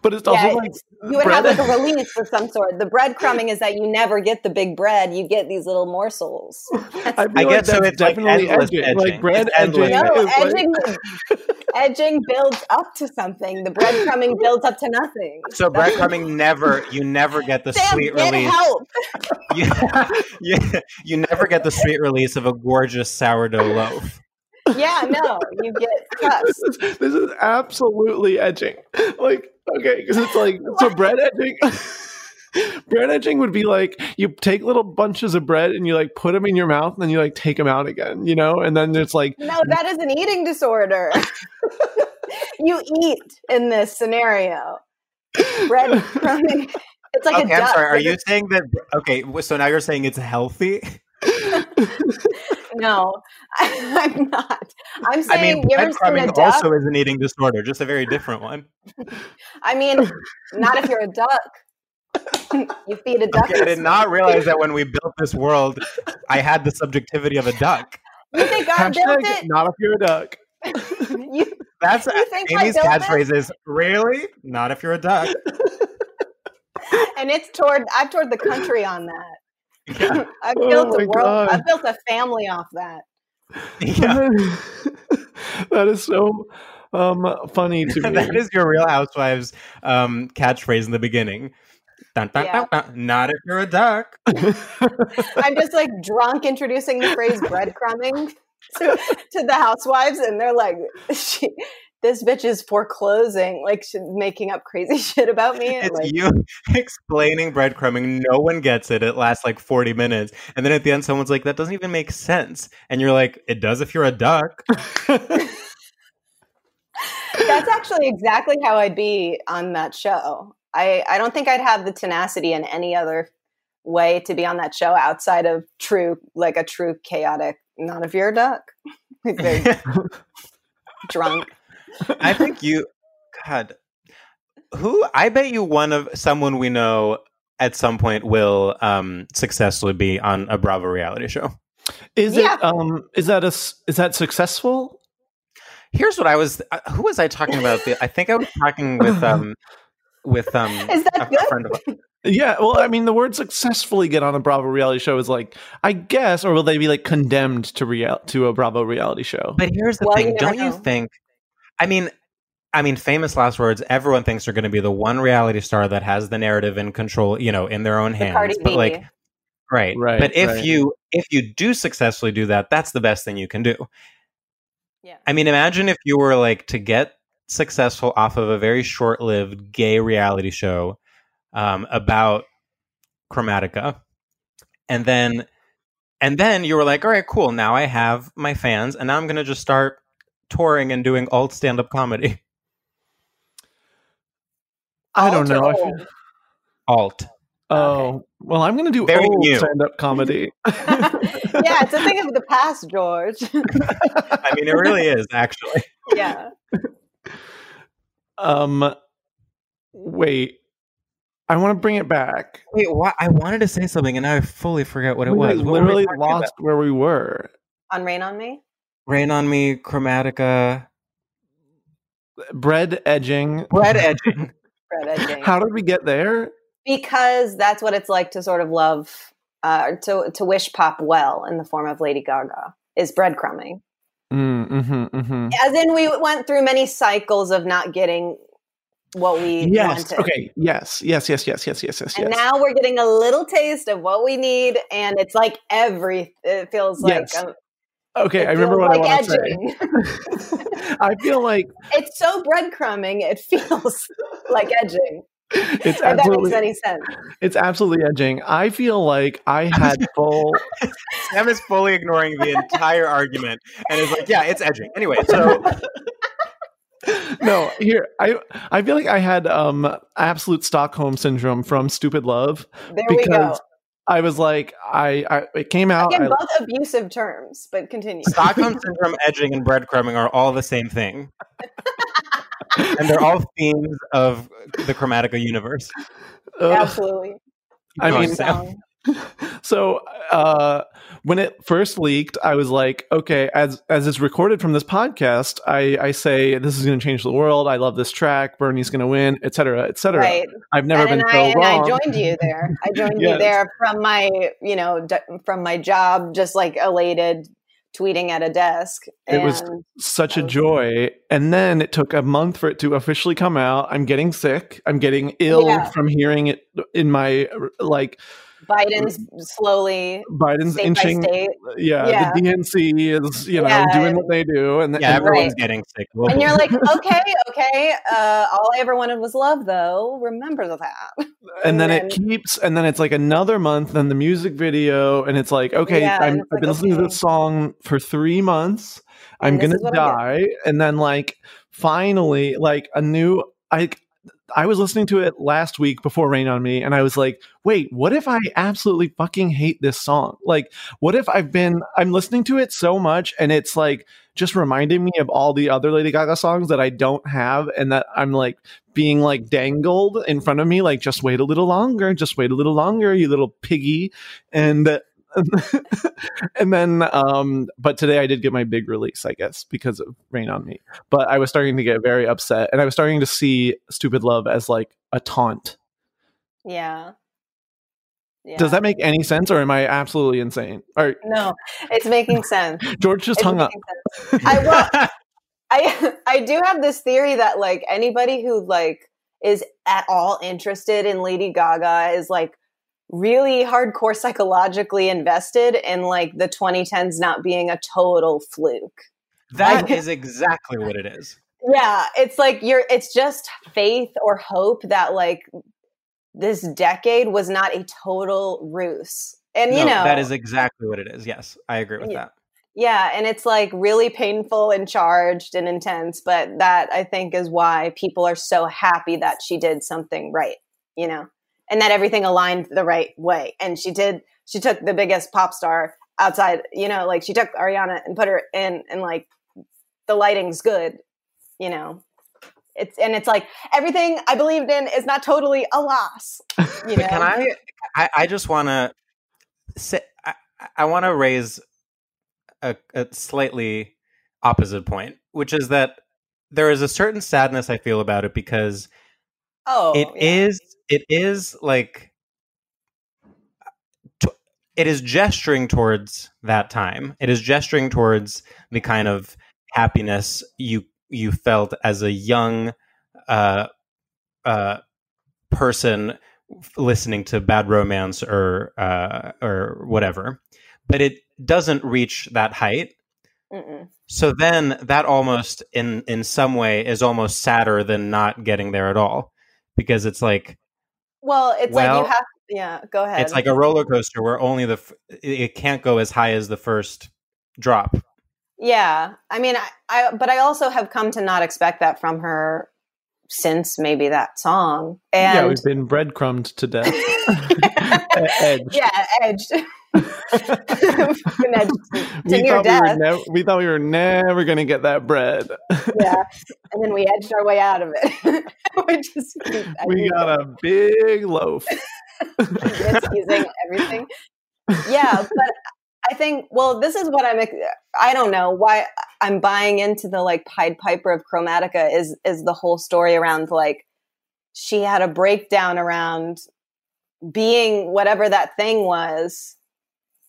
Speaker 3: But it's also
Speaker 6: Yeah,
Speaker 3: like
Speaker 6: you would
Speaker 3: bread-
Speaker 6: have like a release of some sort. The breadcrumbing is that you never get the big bread; you get these little morsels.
Speaker 3: I, feel
Speaker 2: I guess
Speaker 3: like
Speaker 2: so
Speaker 3: that's
Speaker 2: it's like
Speaker 3: definitely
Speaker 2: endless edging.
Speaker 3: Like bread
Speaker 2: It's endless
Speaker 6: No,
Speaker 3: edging. is like-
Speaker 6: edging, edging builds up to something. The breadcrumbing builds up to nothing.
Speaker 2: So breadcrumbing never you never get the
Speaker 6: Sam,
Speaker 2: sweet
Speaker 6: get
Speaker 2: release.
Speaker 6: help.
Speaker 2: You, you, you never get the sweet release of a gorgeous sourdough loaf.
Speaker 6: Yeah, no, you get cups.
Speaker 3: this, is, this is absolutely edging. Like, okay, because it's like so bread edging. bread edging would be like you take little bunches of bread and you like put them in your mouth and then you like take them out again, you know, and then it's like
Speaker 6: No, that is an eating disorder. you eat in this scenario. Breadcrumbing. It's like
Speaker 2: okay,
Speaker 6: a
Speaker 2: I'm
Speaker 6: duck.
Speaker 2: sorry. Are you saying that? Okay, so now you're saying it's healthy.
Speaker 6: No, I'm not. I'm
Speaker 2: I
Speaker 6: saying
Speaker 2: mean,
Speaker 6: you ever seen a
Speaker 2: breadcrumbing
Speaker 6: duck?
Speaker 2: also is an eating disorder, just a very different one.
Speaker 6: I mean, not if you're a duck. you feed a duck.
Speaker 2: Okay, I did not realize that when we built this world, I had the subjectivity of a duck.
Speaker 6: You think I built
Speaker 3: hashtag
Speaker 6: it?
Speaker 3: not if you're a duck.
Speaker 6: You,
Speaker 2: That's
Speaker 6: You think I
Speaker 2: Amy's
Speaker 6: built
Speaker 2: catchphrase is really not if you're a duck.
Speaker 6: and it's toward. I've toured the country on that. I've
Speaker 3: Oh
Speaker 6: built
Speaker 3: my
Speaker 6: a world.
Speaker 3: God.
Speaker 6: I've built a family off that.
Speaker 2: Yeah,
Speaker 3: that is so um funny to me.
Speaker 2: that is your Real Housewives um, catchphrase in the beginning. Dun, dun,
Speaker 6: Yeah.
Speaker 2: dun, dun. Not if you're a duck.
Speaker 6: I'm just like drunk introducing the phrase breadcrumbing to, to the housewives, and they're like, she, "This bitch is foreclosing, like she's making up crazy shit about me." And
Speaker 2: It's
Speaker 6: like,
Speaker 2: you explaining breadcrumbing. No one gets it. It lasts like 40 minutes. And then at the end, someone's like, that doesn't even make sense. And you're like, it does if you're a duck.
Speaker 6: that's actually exactly how I'd be on that show. I I don't think I'd have the tenacity in any other way to be on that show outside of true, like a true chaotic. Not if you're a duck, Like, they're drunk.
Speaker 2: I think you, God, who? I bet you one of someone we know at some point will um, successfully be on a Bravo reality show.
Speaker 3: Is
Speaker 6: Yeah.
Speaker 3: it um is that a s- is that successful?
Speaker 2: Here's what I was. Uh, who was I talking about? The, I think I was talking with um, with um,
Speaker 6: Is that
Speaker 2: a,
Speaker 6: good?
Speaker 2: friend of
Speaker 3: Yeah, well, I mean, the word "successfully" get on a Bravo reality show is like, I guess, or will they be like condemned to real to a Bravo reality show?
Speaker 2: But here's the
Speaker 6: Well, you
Speaker 2: thing:
Speaker 6: never
Speaker 2: don't you
Speaker 6: know.
Speaker 2: think? I mean, I mean, famous last words. Everyone thinks they're going to be the one reality star that has the narrative and control, you know, in their own hands.
Speaker 6: Cardi
Speaker 2: but
Speaker 6: B.
Speaker 2: like, right,
Speaker 3: Right,
Speaker 2: But if
Speaker 3: right.
Speaker 2: you if you do successfully do that, that's the best thing you can do.
Speaker 6: Yeah.
Speaker 2: I mean, imagine if you were like to get successful off of a very short lived gay reality show um, about Chromatica, and then and then you were like, all right, cool. Now I have my fans, and now I'm gonna just start touring and doing alt stand up comedy.
Speaker 3: I don't
Speaker 2: oh,
Speaker 3: know. I feel-
Speaker 6: Altered.
Speaker 2: Alt.
Speaker 3: oh, well, I'm going to do
Speaker 2: Very
Speaker 3: old
Speaker 2: new.
Speaker 3: stand-up comedy.
Speaker 6: yeah, it's a thing of the past, George.
Speaker 2: I mean, it really is actually.
Speaker 6: yeah.
Speaker 3: um, wait, I want to bring it back.
Speaker 2: Wait, what? I wanted to say something, and now I fully forget what it
Speaker 3: we
Speaker 2: was.
Speaker 3: like,
Speaker 2: What were we
Speaker 3: literally
Speaker 2: talking about?
Speaker 3: lost where we were.
Speaker 6: On Rain on Me?
Speaker 2: Rain on me, Chromatica,
Speaker 3: Bread edging.
Speaker 2: bread edging.
Speaker 6: Fred Edging.
Speaker 3: How did we get there?
Speaker 6: because that's what it's like to sort of love, uh, to, to wish pop well in the form of Lady Gaga is breadcrumbing.
Speaker 3: Mm, hmm hmm
Speaker 6: As in, we went through many cycles of not getting what we
Speaker 3: Yes.
Speaker 6: wanted.
Speaker 3: Okay. Yes. Yes. Yes. Yes. Yes. Yes. Yes.
Speaker 6: And
Speaker 3: yes.
Speaker 6: now we're getting a little taste of what we need, and it's like every. It feels like
Speaker 3: Yes.
Speaker 6: um,
Speaker 3: okay.
Speaker 6: it
Speaker 3: I remember
Speaker 6: feels
Speaker 3: what I
Speaker 6: like
Speaker 3: want to say.
Speaker 6: edging.
Speaker 3: I feel like
Speaker 6: It's so breadcrumbing; it feels like edging.
Speaker 3: it's
Speaker 6: If that makes
Speaker 3: absolutely
Speaker 6: any sense.
Speaker 3: It's absolutely edging. I feel like I had full.
Speaker 2: Sam is fully ignoring the entire argument and is like, yeah, it's edging. Anyway, so
Speaker 3: no, here I I feel like I had um absolute Stockholm syndrome from Stupid Love
Speaker 6: There we go.
Speaker 3: because I was like I, I it came out.
Speaker 2: uh,
Speaker 6: Again,
Speaker 3: I,
Speaker 6: both abusive terms, but continue.
Speaker 2: Stockholm syndrome, edging, and breadcrumbing are all the same thing. and they're all themes of the Chromatica universe.
Speaker 3: ugh,
Speaker 6: Absolutely.
Speaker 3: I
Speaker 2: Go on,
Speaker 3: mean,
Speaker 2: Sam.
Speaker 6: Song.
Speaker 2: so uh, when it first leaked, I was like, okay, as as it's recorded from this podcast, I, I say this is going to change the world. I love this track. Bernie's going to win, et cetera, et cetera.
Speaker 6: Right.
Speaker 2: I've never
Speaker 6: and,
Speaker 2: been
Speaker 6: and
Speaker 2: so
Speaker 6: I, And
Speaker 2: wrong.
Speaker 6: I joined you there. I joined you
Speaker 2: Yes.
Speaker 6: there from my, you know, d- from my job, just like elated, tweeting at a desk.
Speaker 2: it was
Speaker 6: And-
Speaker 2: such a joy and then it took a month for it to officially come out i'm getting sick i'm getting ill
Speaker 6: Yeah.
Speaker 2: from hearing it in my like
Speaker 6: Biden's slowly
Speaker 2: biden's
Speaker 6: state by
Speaker 2: inching
Speaker 6: state.
Speaker 2: Yeah,
Speaker 6: Yeah.
Speaker 2: the dnc is you know
Speaker 6: Yeah.
Speaker 2: doing what they do and
Speaker 3: Yeah,
Speaker 2: and-
Speaker 3: everyone's getting sick.
Speaker 6: And you're like, okay, okay. Uh, all I ever wanted was love, though. Remember that.
Speaker 2: and then it keeps and then it's like another month then the music video and it's like okay
Speaker 6: Yeah, and
Speaker 2: I'm,
Speaker 6: it's
Speaker 2: i've been listening to this song for three months i'm
Speaker 6: And this
Speaker 2: gonna
Speaker 6: is what I'm
Speaker 2: die and then like finally like a new i i was listening to it last week before rain on me and i was like wait what if i absolutely fucking hate this song like what if i've been i'm listening to it so much and it's like just reminding me of all the other lady gaga songs that i don't have and that i'm like being like dangled in front of me like just wait a little longer just wait a little longer you little piggy and and then um but today i did get my big release i guess because of rain on me but i was starting to get very upset and i was starting to see stupid love as like a taunt
Speaker 6: Yeah. Yeah.
Speaker 2: does that make any sense or am i absolutely insane all right
Speaker 6: No, it's making sense.
Speaker 2: george just
Speaker 6: It's
Speaker 2: hung up
Speaker 6: I well, I I do have this theory that like anybody who like is at all interested in Lady Gaga is like really hardcore psychologically invested in like the 2010s not being a total fluke.
Speaker 3: That is exactly what it is.
Speaker 6: Yeah, it's like you're it's just faith or hope that like this decade was not a total ruse. And you
Speaker 3: No,
Speaker 6: know
Speaker 3: that is exactly what it is. Yes, I agree with
Speaker 6: Oh. Yeah.
Speaker 3: that.
Speaker 6: Yeah, and it's like really painful and charged and intense, but that I think is why people are so happy that she did something right, you know, and that everything aligned the right way. And she did, she took the biggest pop star outside, you know, like she took Ariana and put her in, and like the lighting's good, you know. It's and it's like everything I believed in is not totally a loss, you know.
Speaker 3: Can I? I, I just want to say I, I want to raise a, a slightly opposite point, which is that there is a certain sadness I feel about it because
Speaker 6: Oh,
Speaker 3: it is it is like t- it is gesturing towards that time it is gesturing towards the kind of happiness you you felt as a young uh uh person listening to bad romance or uh or whatever but it doesn't reach that height
Speaker 6: Mm-mm.
Speaker 3: so then that almost in in some way is almost sadder than not getting there at all because it's like
Speaker 6: Well, it's
Speaker 3: Well,
Speaker 6: like you have. Yeah, go ahead.
Speaker 3: it's like a roller coaster where only the f- it can't go as high as the first drop.
Speaker 6: Yeah. I mean, I, I, but I also have come to not expect that from her since maybe that song.
Speaker 2: yeah
Speaker 6: And
Speaker 2: we've been breadcrumbed to death
Speaker 3: E-,
Speaker 2: Edge.
Speaker 6: yeah, edged. Been edged to
Speaker 2: we
Speaker 6: near
Speaker 2: thought we, were
Speaker 6: death.
Speaker 2: never we thought we were never gonna get that bread
Speaker 6: yeah. And then we edged our way out of it. we just keep
Speaker 2: we
Speaker 6: edging
Speaker 2: got a big loaf
Speaker 6: it's using everything. Yeah, but I think well, this is what I'm. ex- I don't know why I'm buying into the like Pied Piper of Chromatica is is the whole story around like she had a breakdown around being whatever that thing was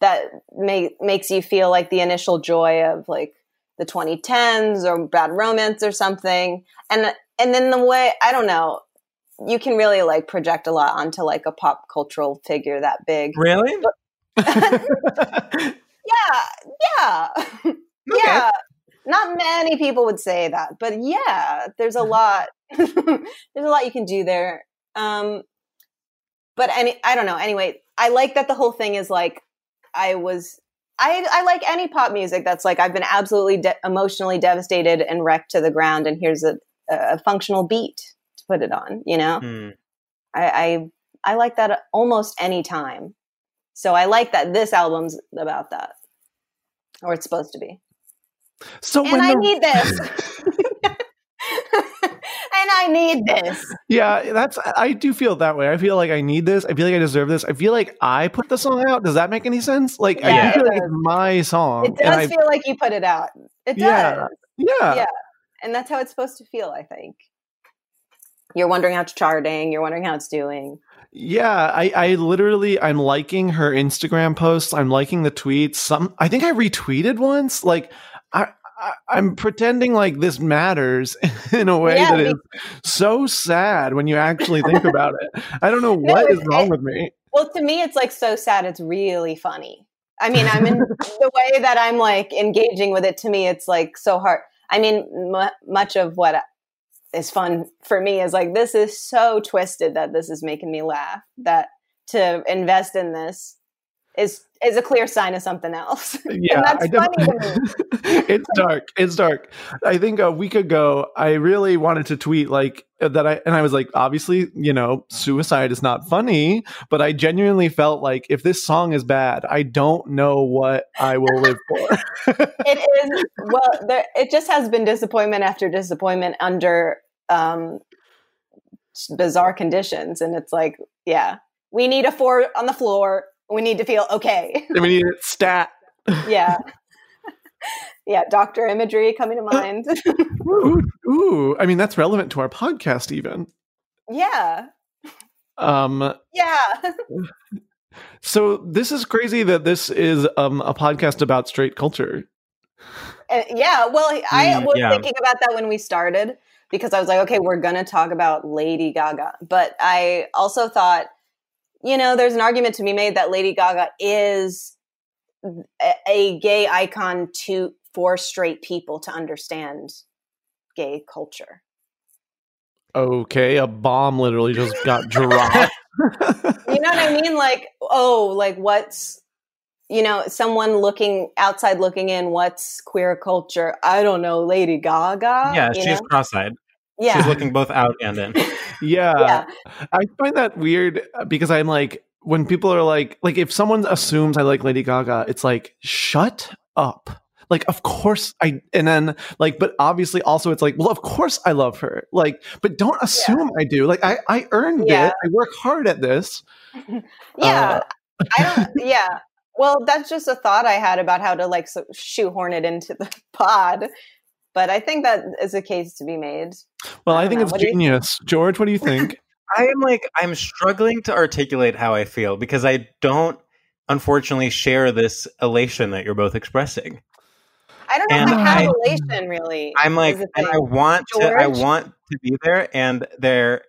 Speaker 6: that make, makes you feel like the initial joy of like the 2010s or bad romance or something and and then the way i don't know you can really like project a lot onto like a pop cultural figure that big
Speaker 3: Really?
Speaker 6: yeah yeah yeah not many people would say that but yeah there's a lot there's a lot you can do there um but any i don't know anyway i like that the whole thing is like i was i i like any pop music that's like i've been absolutely de- emotionally devastated and wrecked to the ground and here's a a functional beat to put it on you know I, I I like that almost any time. So I like that this album's about that, or it's supposed to be.
Speaker 2: So
Speaker 6: and
Speaker 2: when
Speaker 6: I
Speaker 2: the-
Speaker 6: need this. I need this.
Speaker 2: Yeah, that's I do feel that way. I feel like I need this. I feel like I deserve this. I feel like I put the song out. Does that make any sense? Like I
Speaker 6: Yeah,
Speaker 2: do
Speaker 6: it
Speaker 2: feel like it's my song.
Speaker 6: It does
Speaker 2: and I-
Speaker 6: feel like you put it out. It does.
Speaker 2: Yeah. Yeah.
Speaker 6: Yeah. And that's how it's supposed to feel, I think. You're wondering how it's charting, you're wondering how it's doing.
Speaker 2: Yeah, I, I literally I'm liking her Instagram posts. I'm liking the tweets. Some I think I retweeted once. Like I, I I'm pretending like this matters in a way
Speaker 6: Yeah,
Speaker 2: that is so sad when you actually think about it. I don't know what is wrong with me.
Speaker 6: Well, to me, it's like so sad. It's really funny. I mean, I'm in the way that I'm like engaging with it. To me, it's like so hard. I mean, mu much of what is fun for me is like this is so twisted that this is making me laugh. That to invest in this is is a clear sign of something else.
Speaker 2: Yeah,
Speaker 6: and that's
Speaker 2: I
Speaker 6: funny
Speaker 2: definitely-
Speaker 6: to me.
Speaker 2: it's dark. It's dark. I think a week ago, I really wanted to tweet like uh, that. I and I was like, obviously, you know, suicide is not funny, but I genuinely felt like if this song is bad, I don't know what I will live for.
Speaker 6: It is well. There, it just has been disappointment after disappointment under um, bizarre conditions, and it's like, yeah, we need a four on the floor. We need to feel okay.
Speaker 2: I mean, it's stat.
Speaker 6: yeah, yeah. Doctor imagery coming to
Speaker 3: Uh,
Speaker 6: mind.
Speaker 2: Ooh, ooh. I mean, that's relevant to our podcast, even.
Speaker 6: yeah,
Speaker 2: Um,
Speaker 6: yeah.
Speaker 2: so this is crazy that this is um a podcast about straight culture.
Speaker 6: Uh, yeah, well, I
Speaker 2: Mm,
Speaker 6: was
Speaker 2: yeah.
Speaker 6: thinking about that when we started because I was like, okay, we're going to talk about Lady Gaga. But I also thought, you know, there's an argument to be made that Lady Gaga is a, a gay icon to for straight people to understand gay culture.
Speaker 2: Okay, a bomb literally just got dropped.
Speaker 6: You know what I mean? Like, oh, like what's you know, someone looking outside looking in, what's queer culture? I don't know, Lady
Speaker 9: Uh,
Speaker 6: Gaga.
Speaker 3: yeah,
Speaker 6: you
Speaker 3: she's
Speaker 6: know?
Speaker 3: cross-eyed.
Speaker 6: Yeah.
Speaker 3: She's looking both out and in.
Speaker 2: yeah. I find that weird uh, because I'm like when people are like like if someone assumes I like Lady Gaga, it's like shut up. Like of course I and then like but obviously also it's like well of course I love her. Like but don't assume I do. Like I I earned
Speaker 6: Yeah.
Speaker 2: it. I work hard at this.
Speaker 3: Uh,
Speaker 2: Uh,
Speaker 6: Yeah, I don't. Yeah, well, that's just a thought I had about how to like so shoehorn it into the pod, but I think that is a case to be made.
Speaker 2: Well, I, think
Speaker 6: know.
Speaker 2: it's
Speaker 6: What do you-
Speaker 2: genius. George, what do you think?
Speaker 3: I am like I'm struggling to articulate how I feel because I don't unfortunately share this elation that you're both expressing.
Speaker 6: I don't know if
Speaker 3: And
Speaker 6: I have
Speaker 3: I-
Speaker 6: elation really.
Speaker 3: I'm like
Speaker 6: is the
Speaker 3: and I
Speaker 6: thing.
Speaker 3: want to I
Speaker 6: George?
Speaker 3: want to be there and there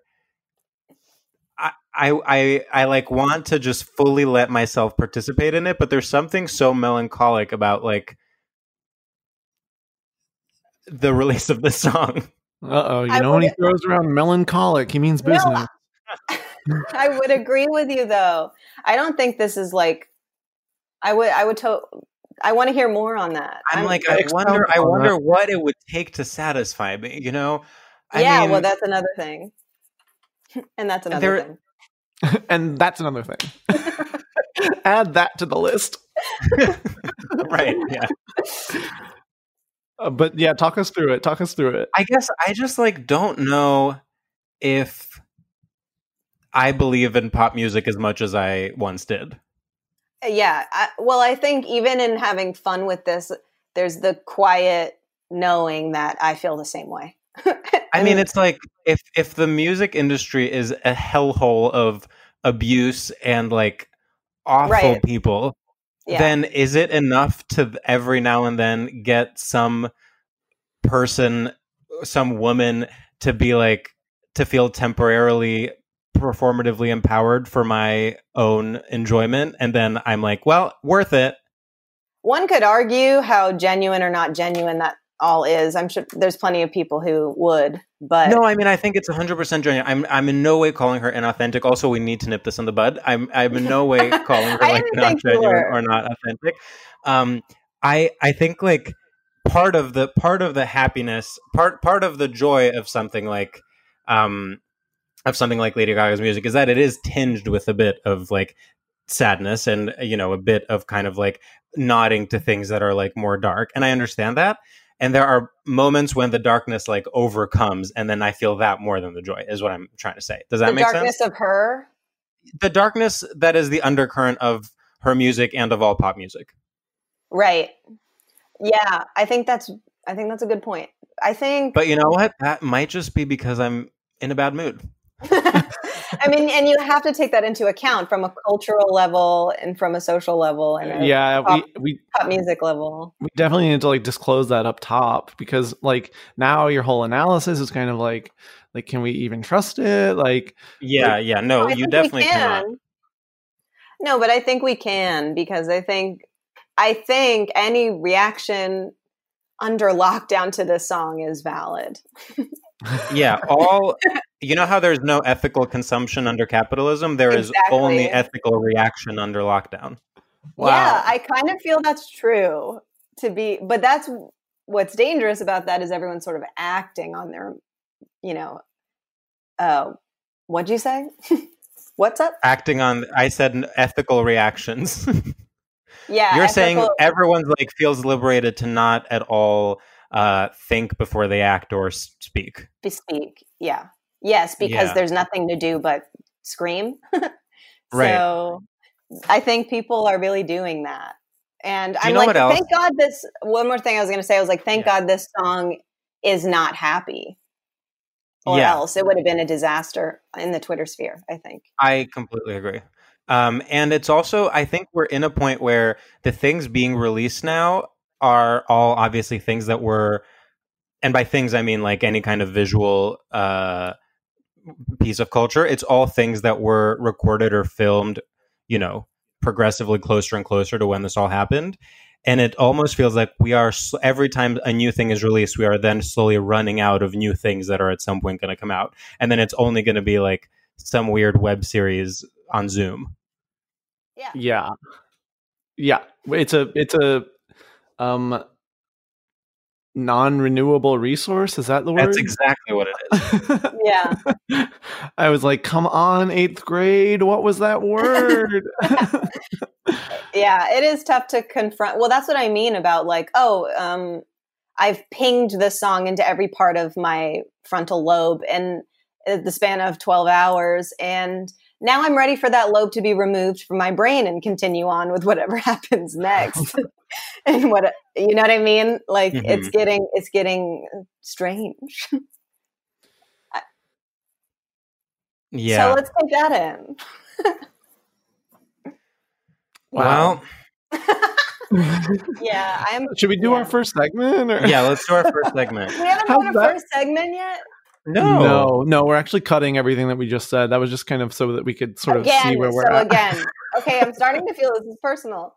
Speaker 3: I, I I I like want to just fully let myself participate in it, but there's something so melancholic about like the release of the song.
Speaker 2: Uh oh, you
Speaker 6: I
Speaker 2: know when he
Speaker 6: would-
Speaker 2: throws around melancholic, he means
Speaker 6: No,
Speaker 2: business.
Speaker 6: I would agree with you though. I don't think this is like. I would. I would. To- I want to hear more on that.
Speaker 3: I'm like I wonder I
Speaker 2: on
Speaker 3: wonder
Speaker 2: that.
Speaker 3: what it would take to satisfy me, you know? I
Speaker 6: yeah.
Speaker 3: mean-
Speaker 6: well, that's another thing. and that's another
Speaker 3: There-
Speaker 6: thing.
Speaker 2: and that's another thing. Add that to the list.
Speaker 3: right yeah
Speaker 2: Uh, but yeah, talk us through it. Talk us through it.
Speaker 3: i guess i just like don't know if i believe in pop music as much as i once did
Speaker 6: Uh, yeah I, well i think even in having fun with this there's the quiet knowing that i feel the same way
Speaker 3: i mean it's like if if the music industry is a hellhole of abuse and like awful
Speaker 6: Right.
Speaker 3: people
Speaker 6: Yeah.
Speaker 3: then is it enough to every now and then get some person some woman to be like to feel temporarily performatively empowered for my own enjoyment and then i'm like well worth it
Speaker 6: one could argue how genuine or not genuine that all is i'm sure there's plenty of people who would but
Speaker 3: no i mean i think it's 100% genuine i'm i'm in no way calling her inauthentic also we need to nip this in the bud i'm i'm in no way calling her
Speaker 6: I
Speaker 3: like
Speaker 6: didn't
Speaker 3: not
Speaker 6: think you
Speaker 3: genuine
Speaker 6: were.
Speaker 3: or not authentic um i i think like part of the part of the happiness part part of the joy of something like um of something like lady gaga's music is that it is tinged with a bit of like sadness and you know a bit of kind of like nodding to things that are like more dark and i understand that
Speaker 9: and there are moments when the darkness like overcomes and then i feel that more than the joy is what i'm trying to say does that
Speaker 6: the
Speaker 9: make
Speaker 6: darkness
Speaker 9: sense
Speaker 6: of her.
Speaker 9: the darkness that is the undercurrent of her music and of all pop music
Speaker 6: Right. Yeah, I think that's I think that's a good point. I think
Speaker 9: but you know what that might just be because i'm in a bad mood
Speaker 6: I mean and you have to take that into account from a cultural level and from a social level and a
Speaker 2: yeah,
Speaker 6: pop,
Speaker 2: we, we
Speaker 6: pop music level.
Speaker 2: we definitely need to like disclose that up top because like now your whole analysis is kind of like like can we even trust it? Like
Speaker 9: yeah yeah no
Speaker 6: I
Speaker 9: you
Speaker 6: think we
Speaker 9: definitely cannot
Speaker 6: No, but I think we can because I think I think any reaction under lockdown to this song is valid.
Speaker 9: yeah all you know how there's no ethical consumption under capitalism There is
Speaker 6: Exactly.
Speaker 9: only ethical reaction under lockdown
Speaker 6: Yeah, I kind of feel that's true to be, but that's what's dangerous about that is everyone's sort of acting on their, you know, uh, what'd you say? What's up?
Speaker 9: acting on i said n- ethical reactions
Speaker 6: Yeah.
Speaker 9: you're saying
Speaker 6: ethical-
Speaker 9: everyone's like feels liberated to not at all uh think before they act or s- speak
Speaker 6: bespeak. Yeah. Yes, because
Speaker 9: Yeah.
Speaker 6: there's nothing to do but scream.
Speaker 9: Right.
Speaker 6: So I think people are really doing that. And I'm
Speaker 9: know
Speaker 6: like,
Speaker 9: what else?
Speaker 6: thank God this one more thing I was gonna say, I was like, thank God this song is not happy. Or
Speaker 9: Yeah.
Speaker 6: else it would have been a disaster in the Twitter sphere, I think.
Speaker 9: I completely agree. Um, and it's also, I think we're in a point where the things being released now are all obviously things that were, and by things I mean like any kind of visual uh, piece of culture. It's all things that were recorded or filmed, you know, progressively closer and closer to when this all happened. And it almost feels like we are s- every time a new thing is released, we are then slowly running out of new things that are at some point going to come out, and then it's only going to be like some weird web series on Zoom.
Speaker 2: yeah. Yeah. It's a it's a um non-renewable resource. Is that the word?
Speaker 9: That's exactly what it is.
Speaker 6: Yeah.
Speaker 2: I was like, come on, eighth grade, what was that word?
Speaker 6: yeah it is tough to confront well that's what i mean about like oh um i've pinged this song into every part of my frontal lobe in uh, the span of 12 hours and now i'm ready for that lobe to be removed from my brain and continue on with whatever happens next and what you know what i mean like it's
Speaker 2: Mm-hmm.
Speaker 9: Mhm.
Speaker 6: getting it's getting strange
Speaker 9: Yeah.
Speaker 6: so let's take that in
Speaker 9: well,
Speaker 6: yeah i'm
Speaker 2: Should we do our first segment? Or?
Speaker 9: yeah, let's do our first segment.
Speaker 6: we haven't
Speaker 2: How's
Speaker 6: done a
Speaker 2: that?
Speaker 6: first segment yet
Speaker 9: No.
Speaker 2: no, no, we're actually cutting everything that we just said. That was just kind of so that we could sort of see
Speaker 6: again
Speaker 2: where we're
Speaker 6: so
Speaker 2: at.
Speaker 6: again okay i'm starting to feel this is personal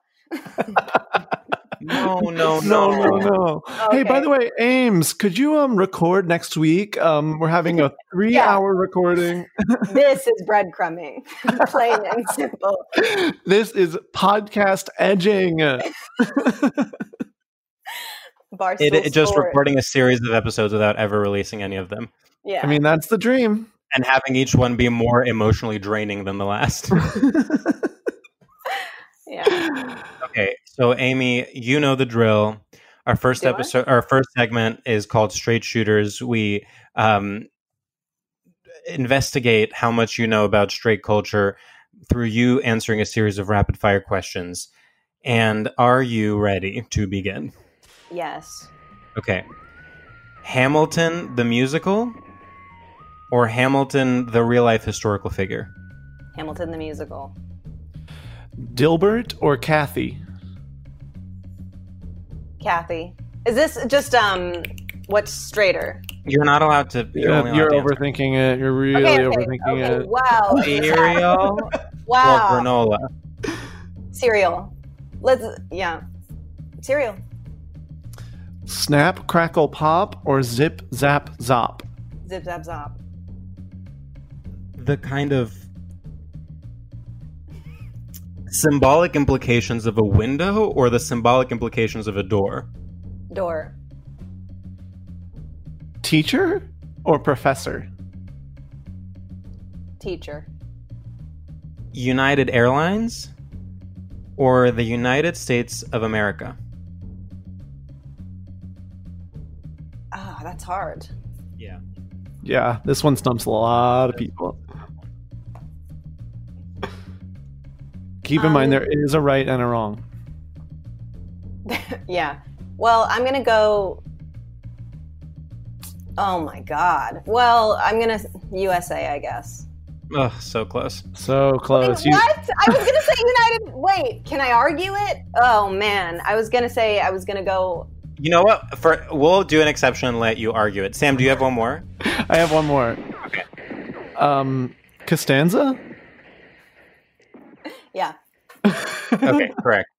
Speaker 9: No, no,
Speaker 2: No, no,
Speaker 9: no.
Speaker 2: no. Hey, by
Speaker 6: Okay.
Speaker 2: the way, Ames, could you um record next week? Um, we're having a three-hour recording.
Speaker 6: this is breadcrumbing, plain and simple.
Speaker 2: this is podcast edging.
Speaker 6: Barstool
Speaker 9: It, it just
Speaker 6: Sports.
Speaker 9: recording a series of episodes without ever releasing any of them
Speaker 6: Yeah,
Speaker 2: I mean, that's the dream.
Speaker 9: and having each one be more emotionally draining than the last.
Speaker 6: yeah.
Speaker 9: okay. So Amy, you know the drill. Our first
Speaker 6: Do I?
Speaker 9: episode our first segment is called Straight Shooters. We um investigate how much you know about straight culture through you answering a series of rapid fire questions. And are you ready to begin?
Speaker 6: Yes.
Speaker 9: Okay. Hamilton the musical or Hamilton the real life historical figure?
Speaker 6: Hamilton the musical.
Speaker 2: Dilbert or Kathy?
Speaker 6: Kathy, is this just um, what's straighter?
Speaker 9: You're not allowed to
Speaker 2: Yeah,
Speaker 9: only allowed
Speaker 2: you're
Speaker 9: to answer
Speaker 2: overthinking it. You're really
Speaker 6: okay, okay,
Speaker 2: overthinking
Speaker 6: okay.
Speaker 2: it.
Speaker 6: Wow,
Speaker 9: cereal or
Speaker 6: wow.
Speaker 9: granola.
Speaker 6: Cereal. Let's yeah, cereal.
Speaker 2: Snap, crackle, pop, or zip, zap, zop?
Speaker 6: Zip zap zop.
Speaker 9: the kind of symbolic implications of a window or the symbolic implications of a door?
Speaker 6: Door.
Speaker 2: Teacher or professor?
Speaker 6: Teacher.
Speaker 9: United Airlines or the United States of America?
Speaker 6: It's Ah, hard.
Speaker 9: Yeah.
Speaker 2: Yeah, this one stumps a lot of people. Keep in
Speaker 6: Um,
Speaker 2: mind there is a right and a wrong.
Speaker 6: Yeah. Well, I'm going to go. Oh my God. Well, I'm going to USA, I guess.
Speaker 9: Ugh, so close.
Speaker 2: So close.
Speaker 6: What? I was going to say United. Wait, can I argue it? Oh man. I was going to say, I was going to go.
Speaker 9: You know what? For we'll do an exception and let you argue it. Sam, do you have one more?
Speaker 2: I have one more. Um, Costanza?
Speaker 6: Yeah.
Speaker 9: okay, correct.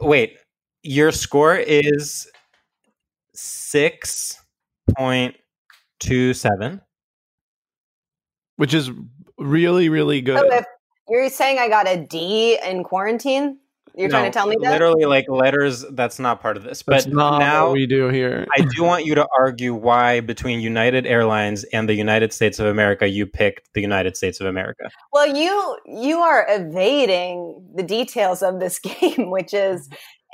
Speaker 9: Wait, your score is six point two seven.
Speaker 2: Which is really, really good.
Speaker 6: So Oh, if you're saying I got a D in quarantine, you're trying to tell me that?
Speaker 9: literally like letters. That's not part of this. But
Speaker 2: That's not
Speaker 9: now
Speaker 2: what we do here.
Speaker 9: I do want you to argue why between United Airlines and the United States of America you picked the United States of America.
Speaker 6: Well, you you are evading the details of this game, which is,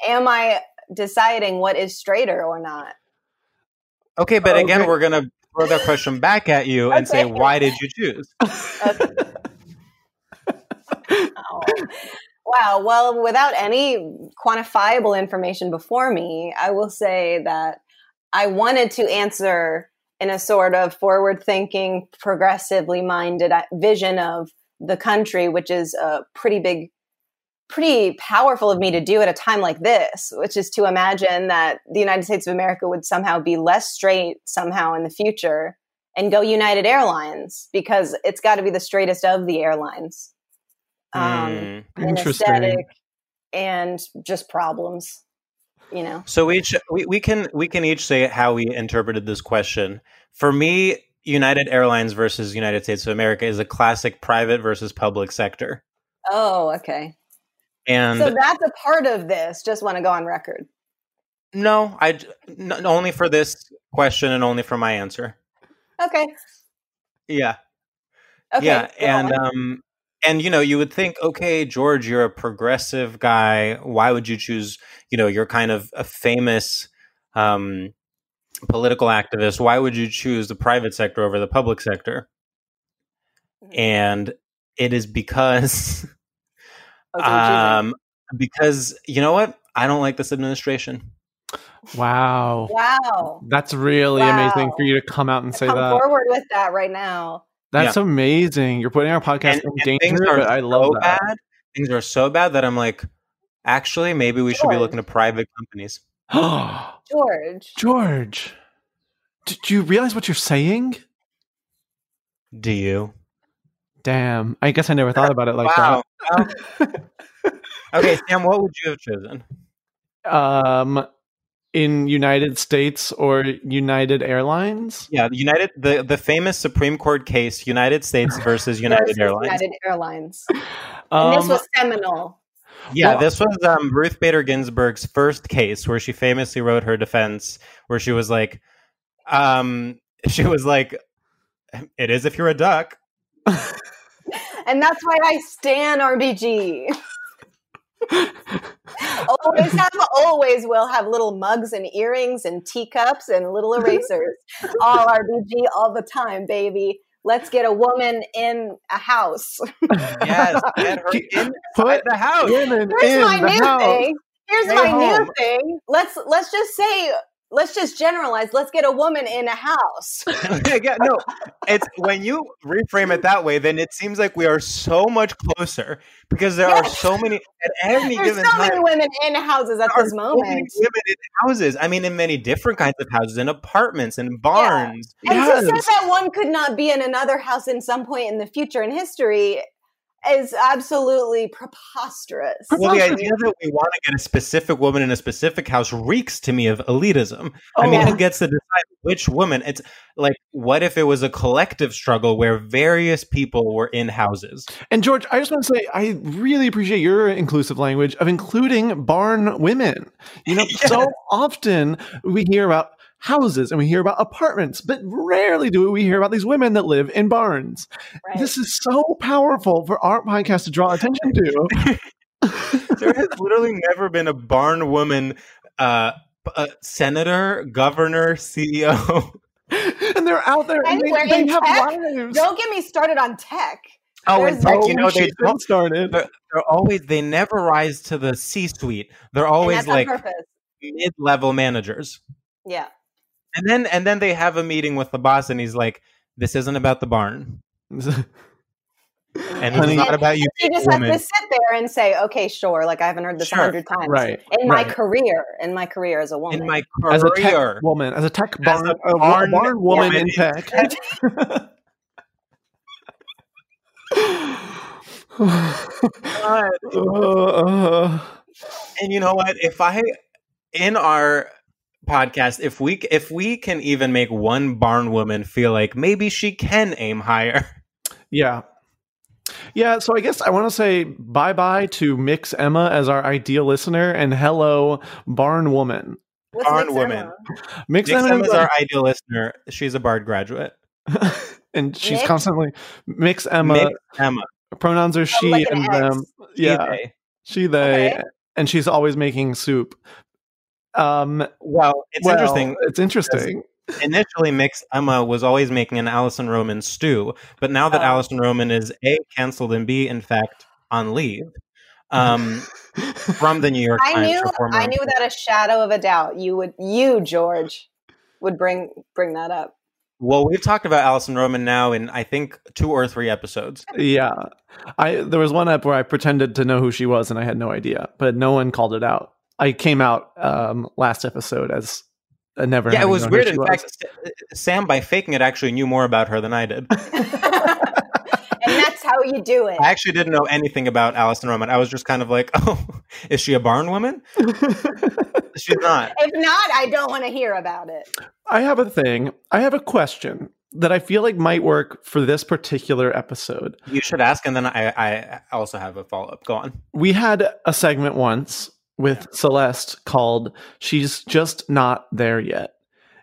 Speaker 6: am I deciding what is straighter or not?
Speaker 9: Okay, but again, we're gonna throw that question back at you and say, why did you choose?
Speaker 6: Wow. Well, without any quantifiable information before me, I will say that I wanted to answer in a sort of forward thinking, progressively minded uh, vision of the country, which is a pretty big, pretty powerful of me to do at a time like this, which is to imagine that the United States of America would somehow be less straight somehow in the future and go United Airlines because it's got to be the straightest of the airlines um,
Speaker 9: Hmm.
Speaker 6: and
Speaker 9: Interesting.
Speaker 6: aesthetic and just problems, you know.
Speaker 9: So we each we, we can we can each say how we interpreted this question. For me, United Airlines versus United States of America is a classic private versus public sector.
Speaker 6: Oh, okay.
Speaker 9: And
Speaker 6: so that's a part of this. Just want to go on record.
Speaker 9: no, I j- n- only for this question and only for my answer.
Speaker 6: Okay.
Speaker 9: Yeah.
Speaker 6: Okay.
Speaker 9: yeah,
Speaker 6: go
Speaker 9: and
Speaker 6: on.
Speaker 9: um and you know, you would think, okay, George, you're a progressive guy. Why would you choose, you know, you're kind of a famous um political activist. Why would you choose the private sector over the public sector? And it is because
Speaker 6: Okay, Jesus.
Speaker 9: um because you know what? I don't like this administration.
Speaker 2: Wow.
Speaker 6: wow.
Speaker 2: That's really amazing for you to come out and say
Speaker 6: Come
Speaker 2: that.
Speaker 6: forward with that right now.
Speaker 2: That's amazing. You're putting our
Speaker 9: And-
Speaker 2: podcast in
Speaker 9: and
Speaker 2: danger,
Speaker 9: things are
Speaker 2: but I love
Speaker 9: so
Speaker 2: that.
Speaker 9: bad. Things are so bad that I'm like, actually, maybe we should be
Speaker 6: George.
Speaker 9: looking to private companies.
Speaker 6: George.
Speaker 2: George, d- do you realize what you're saying?
Speaker 9: Do you?
Speaker 2: Damn. I guess I never thought about it like
Speaker 9: wow. Wow. okay, Sam, what would you have chosen?
Speaker 2: that. Um, in United States or United Airlines?
Speaker 9: Yeah, United the, the famous Supreme Court case, United States versus United
Speaker 6: Versus
Speaker 9: Airlines.
Speaker 6: United Airlines. and
Speaker 9: Um,
Speaker 6: this was seminal.
Speaker 9: yeah,
Speaker 6: Well-
Speaker 9: this was um, Ruth Bader Ginsburg's first case where she famously wrote her defense, where she was like, um, she was like, it is if you're a duck.
Speaker 6: And that's why I stan RBG. always have, always will have little mugs and earrings and teacups and little erasers. all RBG all the time, baby. Let's get a woman in a house.
Speaker 9: Yes, get her in
Speaker 2: put
Speaker 9: the house.
Speaker 6: Here's my new thing. Here's
Speaker 9: Stay
Speaker 6: my
Speaker 9: home.
Speaker 6: new thing. Let's let's just say let's just generalize. Let's get a woman in a house.
Speaker 9: yeah, no, it's when you reframe it that way, then it seems like we are so much closer because there are so many at any
Speaker 6: There's
Speaker 9: given
Speaker 6: so
Speaker 9: time.
Speaker 6: many women in houses at
Speaker 9: there
Speaker 6: this
Speaker 9: are so many
Speaker 6: moment.
Speaker 9: women in houses. I mean, in many different kinds of houses, in apartments, in barns.
Speaker 6: And to say that one could not be in another house in some point in the future in history is absolutely preposterous.
Speaker 9: Well, the idea that we want to get a specific woman in a specific house reeks to me of elitism.
Speaker 6: Oh,
Speaker 9: I mean,
Speaker 6: yeah.
Speaker 9: who gets to decide which woman? It's like, what if it was a collective struggle where various people were in houses?
Speaker 2: And George, I just want to say I really appreciate your inclusive language of including barn women. You know, so often we hear about houses and we hear about apartments, but rarely do we hear about these women that live in barns. This is so powerful for our podcast to draw attention to.
Speaker 9: there has literally never been a barn woman uh, p- uh, senator, governor, CEO
Speaker 2: and they're out there. And
Speaker 6: Anywhere
Speaker 2: they, they
Speaker 6: in
Speaker 2: have
Speaker 6: tech?
Speaker 2: lives.
Speaker 6: Don't get me started on tech.
Speaker 3: Oh, in
Speaker 6: There's
Speaker 3: fact,
Speaker 6: like-
Speaker 3: you know they
Speaker 2: shit,
Speaker 3: don't
Speaker 2: start it.
Speaker 3: They're, they're always they never rise to the C-suite. They're
Speaker 6: and
Speaker 3: always
Speaker 6: that's on
Speaker 3: like
Speaker 6: purpose.
Speaker 3: mid-level managers.
Speaker 6: Yeah.
Speaker 3: And then and then they have a meeting with the boss, and he's like, "This isn't about the barn, and it's
Speaker 2: Honey-
Speaker 3: not about you,
Speaker 6: You just
Speaker 3: woman."
Speaker 6: have to sit there and say, okay, sure. Like I haven't heard this a
Speaker 3: Sure.
Speaker 6: hundred times.
Speaker 2: Right,
Speaker 6: In my
Speaker 2: right.
Speaker 6: career, in my career as a woman.
Speaker 3: in my
Speaker 2: As a tech
Speaker 3: career,
Speaker 2: woman, as a tech
Speaker 3: As
Speaker 2: barn,
Speaker 3: a
Speaker 2: a wo-
Speaker 3: barn
Speaker 2: barn woman
Speaker 3: woman in
Speaker 2: in tech.
Speaker 3: God. and you know what? If I in our podcast, if we if we can even make one barn woman feel like maybe she can aim higher.
Speaker 2: Yeah. Yeah, so I guess I want to say bye bye to Mix Emma as our ideal listener and hello Barn Woman.
Speaker 6: What's
Speaker 3: Barn
Speaker 6: next,
Speaker 3: woman.
Speaker 6: Emma?
Speaker 2: Mix
Speaker 3: Nick
Speaker 2: Emma
Speaker 3: Sam is our ideal listener. She's a Bard graduate.
Speaker 2: and she's
Speaker 6: Mix?
Speaker 2: constantly Mix Emma.
Speaker 3: Mix Emma.
Speaker 2: Pronouns are she
Speaker 6: like an
Speaker 2: and
Speaker 6: X.
Speaker 2: them.
Speaker 3: She,
Speaker 2: yeah,
Speaker 3: they.
Speaker 2: she they,
Speaker 6: Okay.
Speaker 2: and she's always making soup. Um,
Speaker 3: Well, it's
Speaker 2: well,
Speaker 3: interesting.
Speaker 2: It's interesting.
Speaker 3: Initially, Mix Emma was always making an Allison Roman stew, but now that
Speaker 6: Oh.
Speaker 3: Allison Roman is a canceled and b in fact on leave um, from the New York
Speaker 6: I
Speaker 3: Times,
Speaker 6: knew
Speaker 3: her former
Speaker 6: I knew without a shadow of a doubt you would you, George, would bring bring that up.
Speaker 3: Well, we've talked about Allison Roman now in I think two or three episodes.
Speaker 2: yeah, I there was one up where I pretended to know who she was and I had no idea, but no one called it out. I came out um, last episode as a never.
Speaker 3: yeah, it
Speaker 2: having
Speaker 3: was
Speaker 2: known who
Speaker 3: weird.
Speaker 2: she
Speaker 3: In fact, S- Sam, by faking it, actually knew more about her than I did.
Speaker 6: And that's how you do it.
Speaker 3: I actually didn't know anything about Allison Roman. I was just kind of like, oh, is she a barn woman? She's not.
Speaker 6: If not, I don't want to hear about it.
Speaker 2: I have a thing. I have a question that I feel like might work for this particular episode.
Speaker 3: You should ask, and then I, I also have a follow up. Go on.
Speaker 2: We had a segment once with Celeste called She's Just Not There Yet.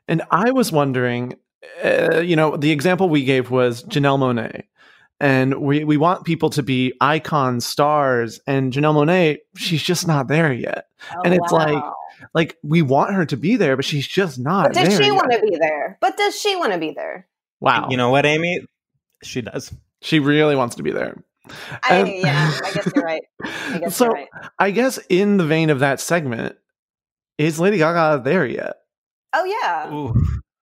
Speaker 2: And I was wondering, uh, you know, the example we gave was Janelle Monet. And we, we want people to be icon stars. And Janelle Monet, she's just not there yet.
Speaker 6: Oh,
Speaker 2: And it's like-
Speaker 6: wow.
Speaker 2: Like, we want her to be there, but she's just not
Speaker 6: But does
Speaker 2: there
Speaker 6: she
Speaker 2: yet.
Speaker 6: want to be there? But does she want to be there?
Speaker 2: wow.
Speaker 3: You know what, Amy? She does.
Speaker 2: she really wants to be there.
Speaker 6: I,
Speaker 2: Um,
Speaker 6: yeah, I guess you're right. I guess
Speaker 2: so
Speaker 6: you're right.
Speaker 2: I guess in the vein of that segment, is Lady Gaga there yet?
Speaker 6: Oh yeah.
Speaker 3: Ooh.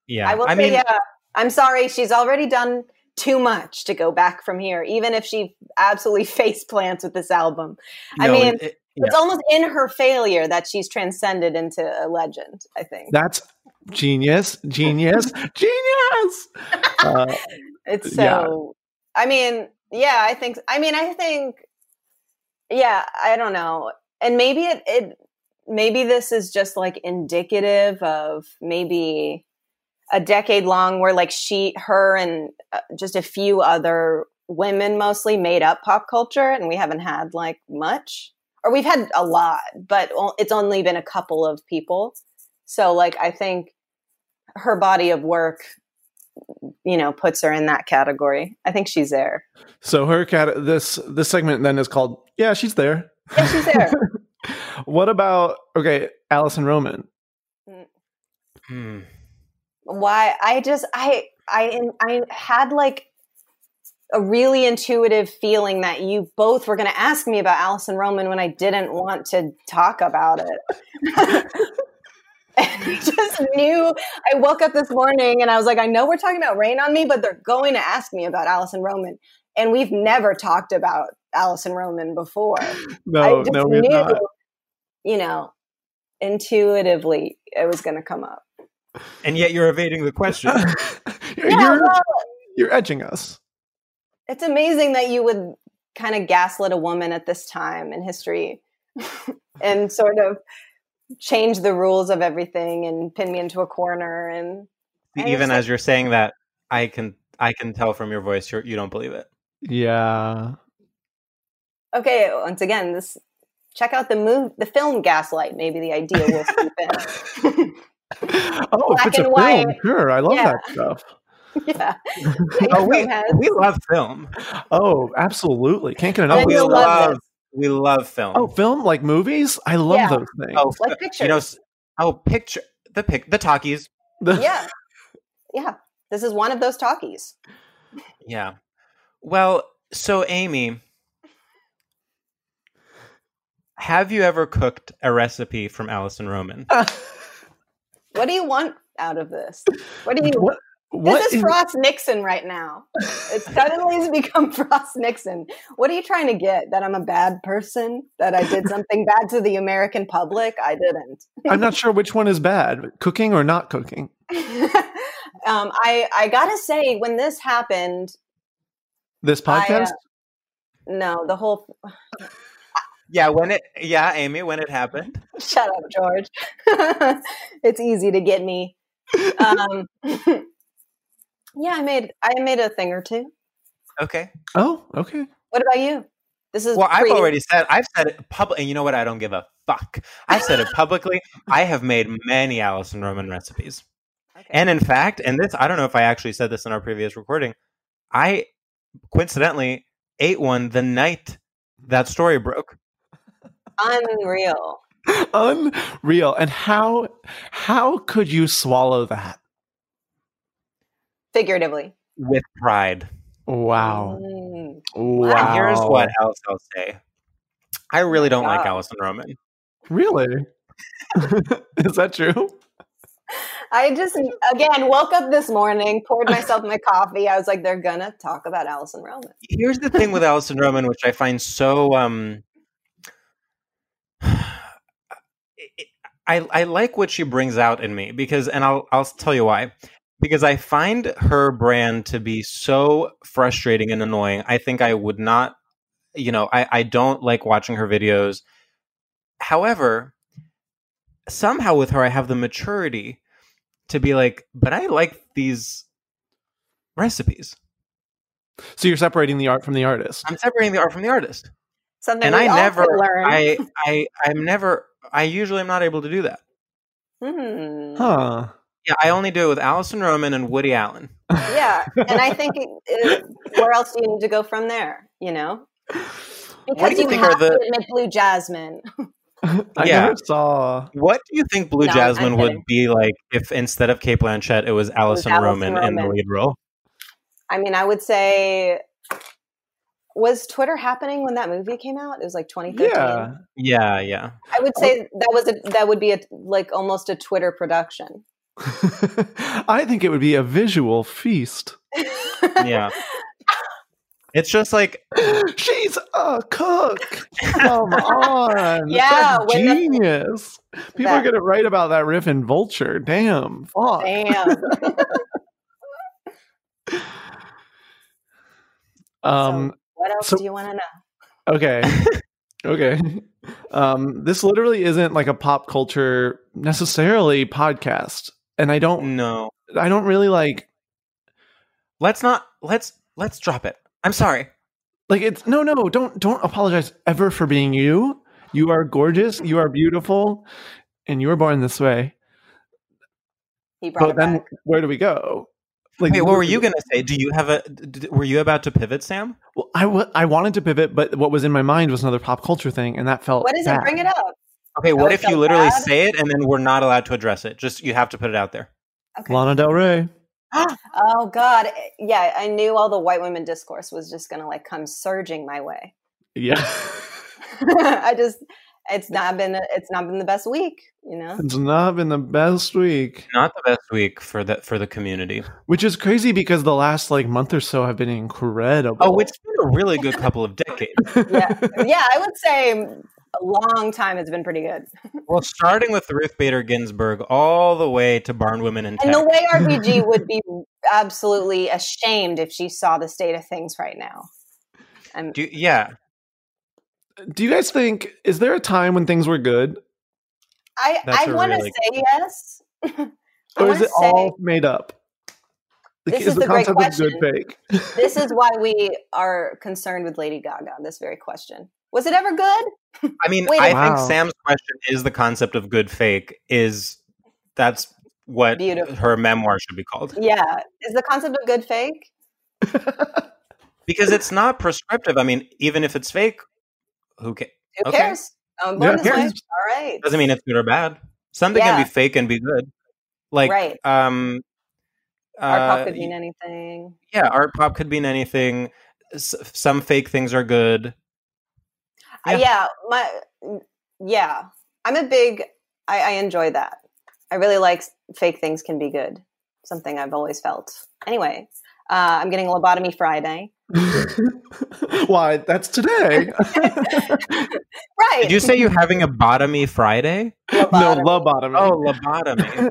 Speaker 3: Yeah.
Speaker 6: I will say
Speaker 3: mean,
Speaker 6: yeah. I'm sorry, she's already done too much to go back from here, even if she absolutely face plants with this album. I
Speaker 3: no,
Speaker 6: mean,
Speaker 3: it- it-
Speaker 6: It's almost in her failure that she's transcended into a legend, I think.
Speaker 2: That's genius, genius, genius. Uh,
Speaker 6: It's
Speaker 2: Yeah.
Speaker 6: so. I mean, yeah, I think. I mean, I think. Yeah, I don't know, and maybe it. it maybe this is just like indicative of maybe a decade long where like she, her, and uh, just a few other women mostly made up pop culture, and we haven't had like much, or we've had a lot, but o- it's only been a couple of people. So like, I think her body of work you know puts her in that category. I think she's there.
Speaker 2: so her cat. This this segment then is called. Yeah, she's there.
Speaker 6: Yeah, she's there.
Speaker 2: What about okay, Allison Roman?
Speaker 3: hmm.
Speaker 6: Why? I just I I I had like a really intuitive feeling that you both were going to ask me about Allison Roman when I didn't want to talk about it. And I just knew I woke up this morning and I was like, I know we're talking about Rain on Me, but they're going to ask me about Allison Roman. And we've never talked about Allison Roman before.
Speaker 2: No,
Speaker 6: I just
Speaker 2: no, we're
Speaker 6: knew,
Speaker 2: not.
Speaker 6: you know, intuitively it was going to come up.
Speaker 3: And yet you're evading the question.
Speaker 2: you're,
Speaker 6: Yeah,
Speaker 2: you're,
Speaker 6: well,
Speaker 2: you're edging us.
Speaker 6: it's amazing that you would kind of gaslit a woman at this time in history and sort of change the rules of everything and pin me into a corner and I
Speaker 3: E-, even
Speaker 6: understand.
Speaker 3: as you're saying that, I can I can tell from your voice you're, you don't believe it.
Speaker 2: Yeah.
Speaker 6: okay, once again, this check out the move the film Gaslight, maybe the idea will seep in.
Speaker 2: oh, if
Speaker 6: Black
Speaker 2: it's a
Speaker 6: and
Speaker 2: film,
Speaker 6: white.
Speaker 2: sure. I love
Speaker 6: Yeah.
Speaker 2: that stuff.
Speaker 6: yeah.
Speaker 3: Oh, we,
Speaker 6: Film has-
Speaker 3: we love film.
Speaker 2: Oh, absolutely. Can't
Speaker 3: Oh,
Speaker 2: get enough.
Speaker 6: Then
Speaker 3: we
Speaker 6: you'll love
Speaker 3: love
Speaker 6: this.
Speaker 3: we love film.
Speaker 2: Oh, film like movies. I love
Speaker 6: Yeah.
Speaker 2: those things.
Speaker 3: Oh,
Speaker 6: like
Speaker 3: you know,
Speaker 6: pictures.
Speaker 3: s- oh, picture the pic the talkies.
Speaker 2: The-
Speaker 6: yeah. yeah, this is one of those talkies.
Speaker 3: Yeah. Well, so Amy, have you ever cooked a recipe from Allison Roman?
Speaker 6: What do you want out of this? What do you?
Speaker 2: What- what
Speaker 6: this is
Speaker 2: in-
Speaker 6: Frost Nixon right now. It suddenly has become Frost Nixon. What are you trying to get? That I'm a bad person? That I did something bad to the American public? I didn't.
Speaker 2: I'm not sure which one is bad, cooking or not cooking.
Speaker 6: Um, I I gotta say, when this happened,
Speaker 2: This
Speaker 6: uh,
Speaker 2: podcast?
Speaker 6: no, the whole
Speaker 3: Yeah, when it yeah, Amy, when it happened.
Speaker 6: Shut up, George. it's easy to get me. Um, yeah, I made I made a thing or two.
Speaker 3: Okay.
Speaker 2: Oh, okay.
Speaker 6: What about you? This is
Speaker 3: Well, I've
Speaker 6: pre-
Speaker 3: already said I've said it public and you know what? I don't give a fuck. I've said it publicly. I have made many Allison Roman recipes. And in fact, and this I don't know if I actually said this in our previous recording, I coincidentally ate one the night that story broke.
Speaker 6: unreal.
Speaker 2: Unreal. And how how could you swallow that?
Speaker 6: Figuratively.
Speaker 3: With pride.
Speaker 2: Wow.
Speaker 6: Mm.
Speaker 3: And
Speaker 2: Wow.
Speaker 3: here's what else I'll say. I really don't like
Speaker 6: God.
Speaker 3: Allison Roman.
Speaker 2: Really? is that true?
Speaker 6: I just again woke up this morning, poured myself my coffee. I was like, they're gonna talk about Allison Roman.
Speaker 3: Here's the thing with Allison Roman, which I find so um I I like what she brings out in me because and I'll I'll tell you why. Because I find her brand to be so frustrating and annoying. I think I would not you know, I, I don't like watching her videos. However, somehow with her I have the maturity to be like, but I like these recipes.
Speaker 2: So you're separating the art from the artist.
Speaker 3: I'm separating the art from the artist.
Speaker 6: Something
Speaker 3: and
Speaker 6: we
Speaker 3: I
Speaker 6: all
Speaker 3: never,
Speaker 6: could learn.
Speaker 3: I, I, I'm never, I usually am not able to do that.
Speaker 6: Hmm.
Speaker 2: Huh.
Speaker 3: Yeah, I only do it with Allison Roman and Woody Allen.
Speaker 6: Yeah, and I think it, it- where else do you need to go from there? You know, because
Speaker 3: do you
Speaker 6: you,
Speaker 3: think are
Speaker 6: have
Speaker 3: the-
Speaker 6: to admit Blue Jasmine.
Speaker 2: I
Speaker 3: Yeah.
Speaker 2: never saw
Speaker 3: What do you think Blue
Speaker 6: No, I'm
Speaker 3: Jasmine would
Speaker 6: kidding.
Speaker 3: be like if instead of Kate Blanchett, it was Allison
Speaker 6: Allison
Speaker 3: Roman, in the
Speaker 6: Roman.
Speaker 3: lead role?
Speaker 6: I mean, I would say, was Twitter happening when that movie came out? It was like 2013.
Speaker 2: Yeah.
Speaker 3: Yeah, yeah.
Speaker 6: I would say that was a, that would be a, like almost a Twitter production.
Speaker 2: I think it would be a visual feast.
Speaker 3: Yeah. it's just like,
Speaker 2: She's a cook. Come on.
Speaker 6: Yeah,
Speaker 2: That's
Speaker 6: when the-
Speaker 2: genius. People are
Speaker 6: That-
Speaker 2: going to write about that riff in Vulture. Damn. Fuck.
Speaker 6: Damn.
Speaker 2: Um,
Speaker 6: what else
Speaker 2: So-
Speaker 6: do you want to know?
Speaker 2: Okay. okay. Um, this literally isn't like a pop culture necessarily podcast. And I don't,
Speaker 3: no,
Speaker 2: I don't really like,
Speaker 3: let's not, let's, let's drop it. I'm sorry.
Speaker 2: like it's, no, no, don't, don't apologize ever for being you. You are gorgeous. You are beautiful. And you were born this way.
Speaker 6: He brought
Speaker 2: But
Speaker 6: it
Speaker 2: then
Speaker 6: back.
Speaker 2: where do we go? Like,
Speaker 3: Wait, what were you going to say? Do you have a, d- d- were you about to pivot, Sam?
Speaker 2: Well, I wa- I wanted to pivot, but what was in my mind was another pop culture thing, and that felt.
Speaker 6: What is it?
Speaker 2: bad.
Speaker 6: Bring it up.
Speaker 3: Okay,
Speaker 6: That
Speaker 3: what
Speaker 6: was
Speaker 3: if
Speaker 6: so
Speaker 3: you literally
Speaker 6: bad.
Speaker 3: say it and then we're not allowed to address it? Just you have to put it out there.
Speaker 6: Okay.
Speaker 2: Lana Del Rey.
Speaker 6: Oh God, yeah. I knew all the white women discourse was just gonna like come surging my way.
Speaker 2: Yeah,
Speaker 6: I just, it's not been, it's not been the best week, you know.
Speaker 2: it's not been the best week,
Speaker 3: Not the best week for the for the community.
Speaker 2: which is crazy because the last like month or so have been incredible.
Speaker 3: Oh, it's been a really good couple of decades.
Speaker 6: Yeah, yeah. I would say a long time. It's been pretty good.
Speaker 3: well, starting with Ruth Bader Ginsburg all the way to Barn Women in Tech.
Speaker 6: And the way RBG would be absolutely ashamed if she saw the state of things right now. Um,
Speaker 3: Do- yeah,
Speaker 2: Do you guys think is there a time when things were good,
Speaker 6: I,
Speaker 3: That's
Speaker 6: I
Speaker 3: a
Speaker 6: want to
Speaker 3: really-
Speaker 6: say yes. I
Speaker 2: or is
Speaker 6: wanna
Speaker 2: it all made up?
Speaker 6: This is the great
Speaker 2: of good fake?
Speaker 6: this is why we are concerned with Lady Gaga. This very question was it ever good?
Speaker 3: I mean,
Speaker 6: Wait a
Speaker 3: I
Speaker 2: minute.
Speaker 3: think Sam's question is the concept of good fake. Is that's what
Speaker 6: Beautiful.
Speaker 3: her memoir should be called
Speaker 6: Yeah, is the concept of good fake?
Speaker 3: because it's not prescriptive. I mean, even if it's fake, who cares?
Speaker 6: Who
Speaker 3: Okay.
Speaker 6: cares? I'm born
Speaker 2: Yeah,
Speaker 6: this
Speaker 2: who
Speaker 6: way.
Speaker 2: cares?
Speaker 6: All right.
Speaker 3: doesn't mean it's good or bad. Something can
Speaker 6: Yeah.
Speaker 3: be fake and be good. Like
Speaker 6: Right.
Speaker 3: um
Speaker 6: Art pop
Speaker 3: Uh,
Speaker 6: could mean anything.
Speaker 3: yeah, art pop could mean anything. S- some fake things are good.
Speaker 6: Uh, Yeah, my mm, yeah. I'm a big. I, I enjoy that. I really like s- fake things can be good. Something I've always felt. Anyway, uh, I'm getting a lobotomy Friday.
Speaker 2: Why? That's today.
Speaker 6: Right.
Speaker 3: Did you say you're having a botomy Friday?
Speaker 2: No, lobotomy.
Speaker 3: Oh, lobotomy.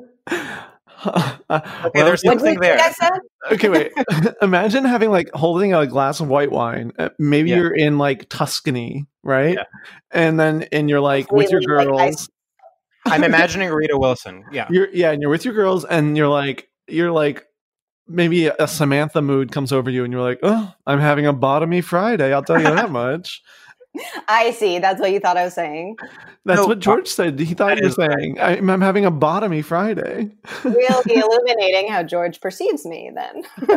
Speaker 3: okay, there's
Speaker 2: What did
Speaker 3: something
Speaker 2: you
Speaker 3: there.
Speaker 2: guys Uh, okay, wait. Imagine having like holding a glass of white wine. Uh, Maybe you're in like Tuscany, right? And then and you're like with your
Speaker 3: Completely,
Speaker 2: girls.
Speaker 3: like, I'm imagining Rita Wilson. Yeah.
Speaker 2: You're yeah, and you're with your girls, and you're like you're like maybe a Samantha mood comes over you, and you're like, oh, I'm having a bottomy Friday. I'll tell you that much.
Speaker 6: I see. That's what you thought I was saying.
Speaker 2: That's what George said. He thought you were saying, I'm, I'm having a bottomy Friday.
Speaker 6: Really illuminating how George perceives me. Then,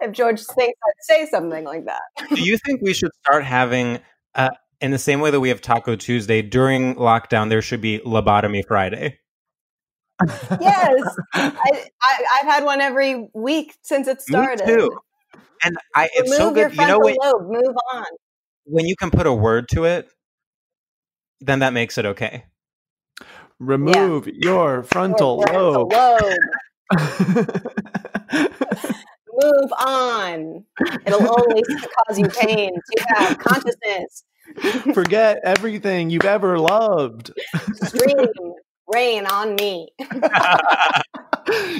Speaker 6: if George thinks I'd say something like that,
Speaker 3: Do you think we should start having, uh, in the same way that we have Taco Tuesday during lockdown, there should be Lobotomy Friday?
Speaker 6: yes, I, I, I've had one every week since it started.
Speaker 3: Me too. And I, it's
Speaker 6: Remove
Speaker 3: so
Speaker 6: your
Speaker 3: good. You know
Speaker 6: frontal
Speaker 3: when,
Speaker 6: lobe. Move on.
Speaker 3: when you can put a word to it, then that makes it okay.
Speaker 2: Remove your frontal lobe.
Speaker 6: Lobe. Move on. It'll only cause you pain to have consciousness.
Speaker 2: Forget everything you've ever loved.
Speaker 6: Stream, rain on me.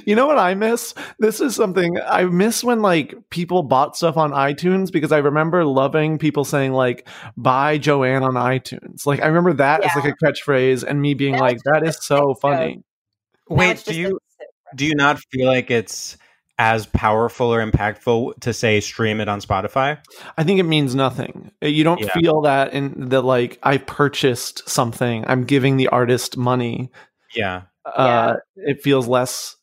Speaker 2: You know what I miss? This is something I miss when like people bought stuff on iTunes because I remember loving people saying like buy Joanne on iTunes. Like I remember that as like a catchphrase and me being like that is so funny.
Speaker 3: Wait, do you do you not feel like it's as powerful or impactful to say stream it on Spotify?
Speaker 2: I think it means nothing. Uh, You don't
Speaker 3: Yeah.
Speaker 2: feel that in that like I purchased something. I'm giving the artist money.
Speaker 3: Yeah.
Speaker 2: Uh it feels less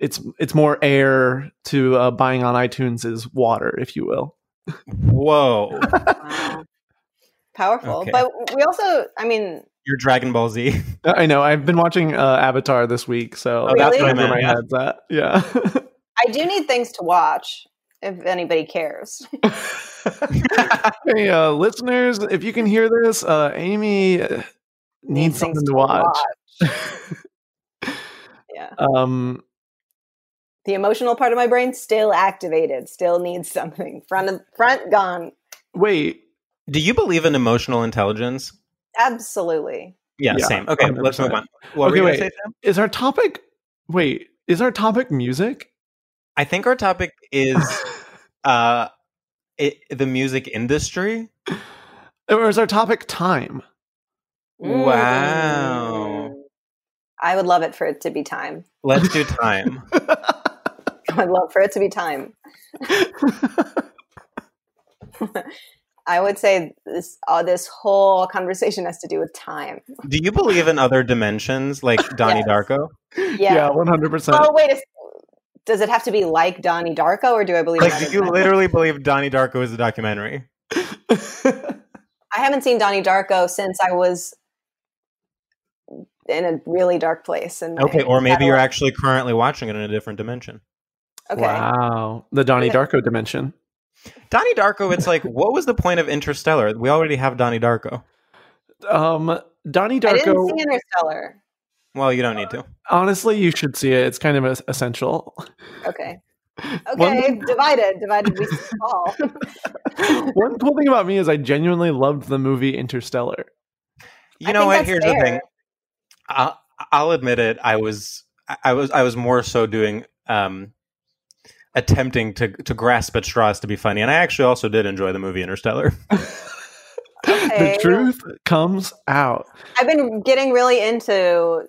Speaker 2: it's it's more air to uh, buying on iTunes is water, if you will.
Speaker 3: Whoa.
Speaker 6: Powerful.
Speaker 2: Okay.
Speaker 6: But we also, I mean,
Speaker 3: You're Dragon Ball Z.
Speaker 2: I know. I've been watching uh, Avatar this week, so
Speaker 3: Oh, that's what I
Speaker 2: where
Speaker 3: meant,
Speaker 2: my
Speaker 3: yeah.
Speaker 2: head's at. Yeah,
Speaker 6: I do need things to watch if anybody cares.
Speaker 2: hey uh, listeners, if you can hear this, uh, Amy uh, needs something to watch.
Speaker 6: yeah.
Speaker 2: Um,
Speaker 6: The emotional part of my brain still activated, still needs something. Front of front gone.
Speaker 2: Wait.
Speaker 3: Do you believe in emotional intelligence?
Speaker 6: Absolutely.
Speaker 3: Yeah,
Speaker 2: Yeah,
Speaker 3: same. Okay, let us move on. What were
Speaker 2: okay,
Speaker 3: you gonna
Speaker 2: wait.
Speaker 3: say, Sam?
Speaker 2: Is our topic? Wait, is our topic music?
Speaker 3: I think our topic is uh it, the music industry.
Speaker 2: Or is our topic time?
Speaker 3: Wow.
Speaker 6: Mm. I would love it for it to be time.
Speaker 3: Let's do time.
Speaker 6: I'd love for it to be time. I would say this all this whole conversation has to do with time.
Speaker 3: do you believe in other dimensions like Donnie Darko?
Speaker 6: Yeah.
Speaker 2: one hundred percent.
Speaker 6: Oh wait, a s does it have to be like Donnie Darko, or do I believe?
Speaker 3: Like,
Speaker 6: that
Speaker 3: do
Speaker 6: is-
Speaker 3: you literally believe Donnie Darko is a documentary?
Speaker 6: I haven't seen Donnie Darko since I was in a really dark place. And
Speaker 3: Okay, or maybe you're actually currently watching it in a different dimension.
Speaker 6: Okay.
Speaker 2: Wow, the Donnie
Speaker 3: Yeah.
Speaker 2: Darko dimension.
Speaker 3: Donnie Darko, it's like, what was the point of Interstellar? We already have Donnie Darko.
Speaker 2: Um, Donnie
Speaker 6: I didn't
Speaker 2: Darko.
Speaker 6: see Interstellar.
Speaker 3: Well, you don't need to.
Speaker 2: Honestly, you should see it. It's kind of es- essential.
Speaker 6: Okay.
Speaker 2: One-
Speaker 6: Okay, divided, divided we fall.
Speaker 2: One cool thing about me is I genuinely loved the movie Interstellar.
Speaker 3: You know what?
Speaker 6: think
Speaker 3: Here's
Speaker 6: that's
Speaker 3: the thing.
Speaker 6: fair.
Speaker 3: I, I'll admit it. I was, I- I was, I was more so doing, um, attempting to to grasp at straws to be funny, and I actually also did enjoy the movie Interstellar.
Speaker 6: Okay.
Speaker 2: The truth comes out.
Speaker 6: I've been getting really into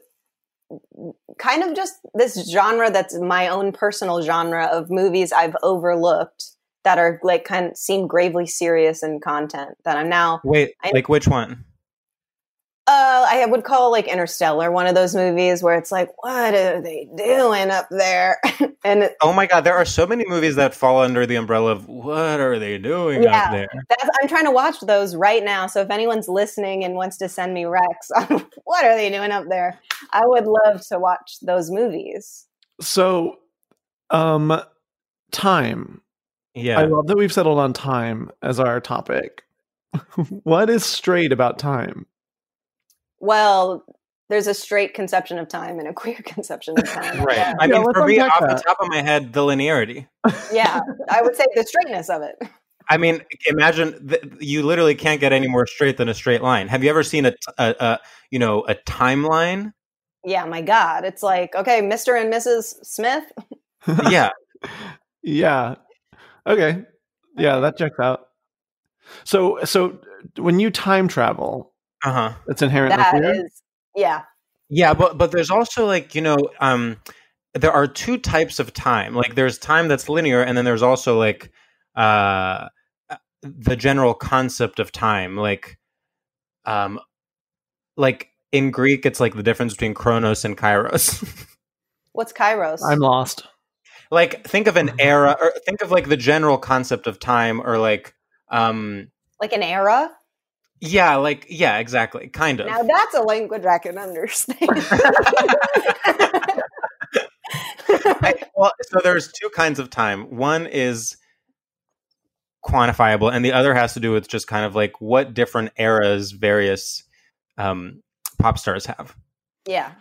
Speaker 6: kind of just this genre that's my own personal genre of movies I've overlooked that are like kind of seem gravely serious in content that I'm now
Speaker 3: Wait,
Speaker 6: I-
Speaker 3: like which one?
Speaker 6: uh, I would call like Interstellar one of those movies where it's like, what are they doing up there? and it-
Speaker 3: Oh my God, there are so many movies that fall under the umbrella of what are they doing out
Speaker 6: yeah,
Speaker 3: there?
Speaker 6: that's, I'm trying to watch those right now. So if anyone's listening and wants to send me Rex on what are they doing up there, I would love to watch those movies.
Speaker 2: So Um, time.
Speaker 3: Yeah.
Speaker 2: I love that we've settled on time as our topic. what is straight about time?
Speaker 6: Well, there's a straight conception of time and a queer conception of time.
Speaker 3: Right.
Speaker 6: Yeah.
Speaker 3: I mean,
Speaker 6: Yeah,
Speaker 3: for me,
Speaker 6: let's
Speaker 3: off
Speaker 6: unpack
Speaker 3: the top of my head, the linearity.
Speaker 6: yeah, I would say the straightness of it.
Speaker 3: I mean, imagine th- you literally can't get any more straight than a straight line. Have you ever seen a, t- a, a you know a timeline?
Speaker 6: Yeah, my God, it's like okay, Mr. and Mrs. Smith.
Speaker 3: yeah.
Speaker 2: Yeah. Okay. Yeah, that checks out. So, so when you time travel,
Speaker 3: uh huh,
Speaker 2: it's inherently
Speaker 6: That
Speaker 2: queer?
Speaker 6: is, yeah,
Speaker 3: Yeah, but but there's also like you know um, there are two types of time. Like there's time that's linear, and then there's also like uh, the general concept of time. Like um, like in Greek, it's like the difference between chronos and kairos.
Speaker 6: What's Kairos?
Speaker 2: lost.
Speaker 3: Like think of an era, or think of like the general concept of time, or like um,
Speaker 6: like an era.
Speaker 3: yeah, like yeah, exactly, kind of.
Speaker 6: Now that's a language I can understand.
Speaker 3: well, so there's two kinds of time. One is quantifiable, and the other has to do with just kind of like what different eras various um, pop stars have.
Speaker 6: yeah,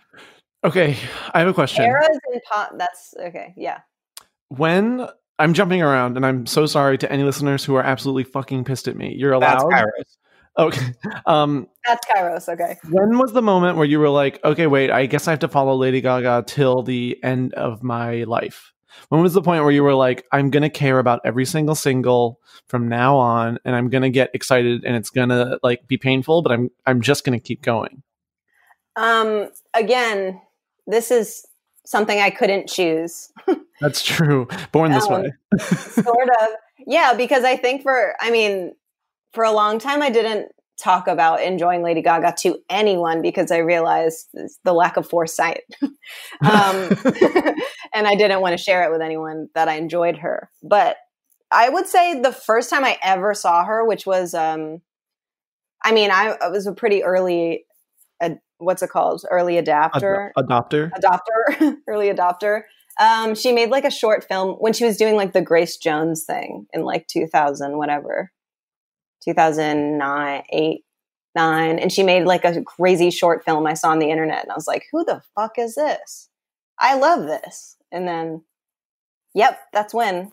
Speaker 2: Okay, I have a question.
Speaker 6: eras and pop. That's okay. Yeah,
Speaker 2: When I'm jumping around, and I'm so sorry to any listeners who are absolutely fucking pissed at me. You're
Speaker 3: That's
Speaker 2: allowed.
Speaker 3: Kairos.
Speaker 2: Okay. Um,
Speaker 6: that's Kairos. Okay.
Speaker 2: when was the moment where you were like, okay, wait, I guess I have to follow Lady Gaga till the end of my life? When was the point where you were like, I'm going to care about every single single from now on and I'm going to get excited and it's going to like be painful, but I'm I'm just going to keep going.
Speaker 6: Um, again, this is something I couldn't choose.
Speaker 2: That's true. Born this
Speaker 6: Um,
Speaker 2: way.
Speaker 6: sort of yeah because i think for i mean for a long time i didn't talk about enjoying lady gaga to anyone because i realized this- the lack of foresight um, and i didn't want to share it with anyone that i enjoyed her but i would say the first time i ever saw her which was um i mean i, I was a pretty early ad, what's it called early adapter
Speaker 2: Ad- adopter.
Speaker 6: adopter, early adopter. Um, she made like a short film when she was doing like the Grace Jones thing in like 2000, whatever, 2009, 8, 9. And she made like a crazy short film I saw on the internet. And I was like, who the fuck is this? I love this. And then, yep, that's when.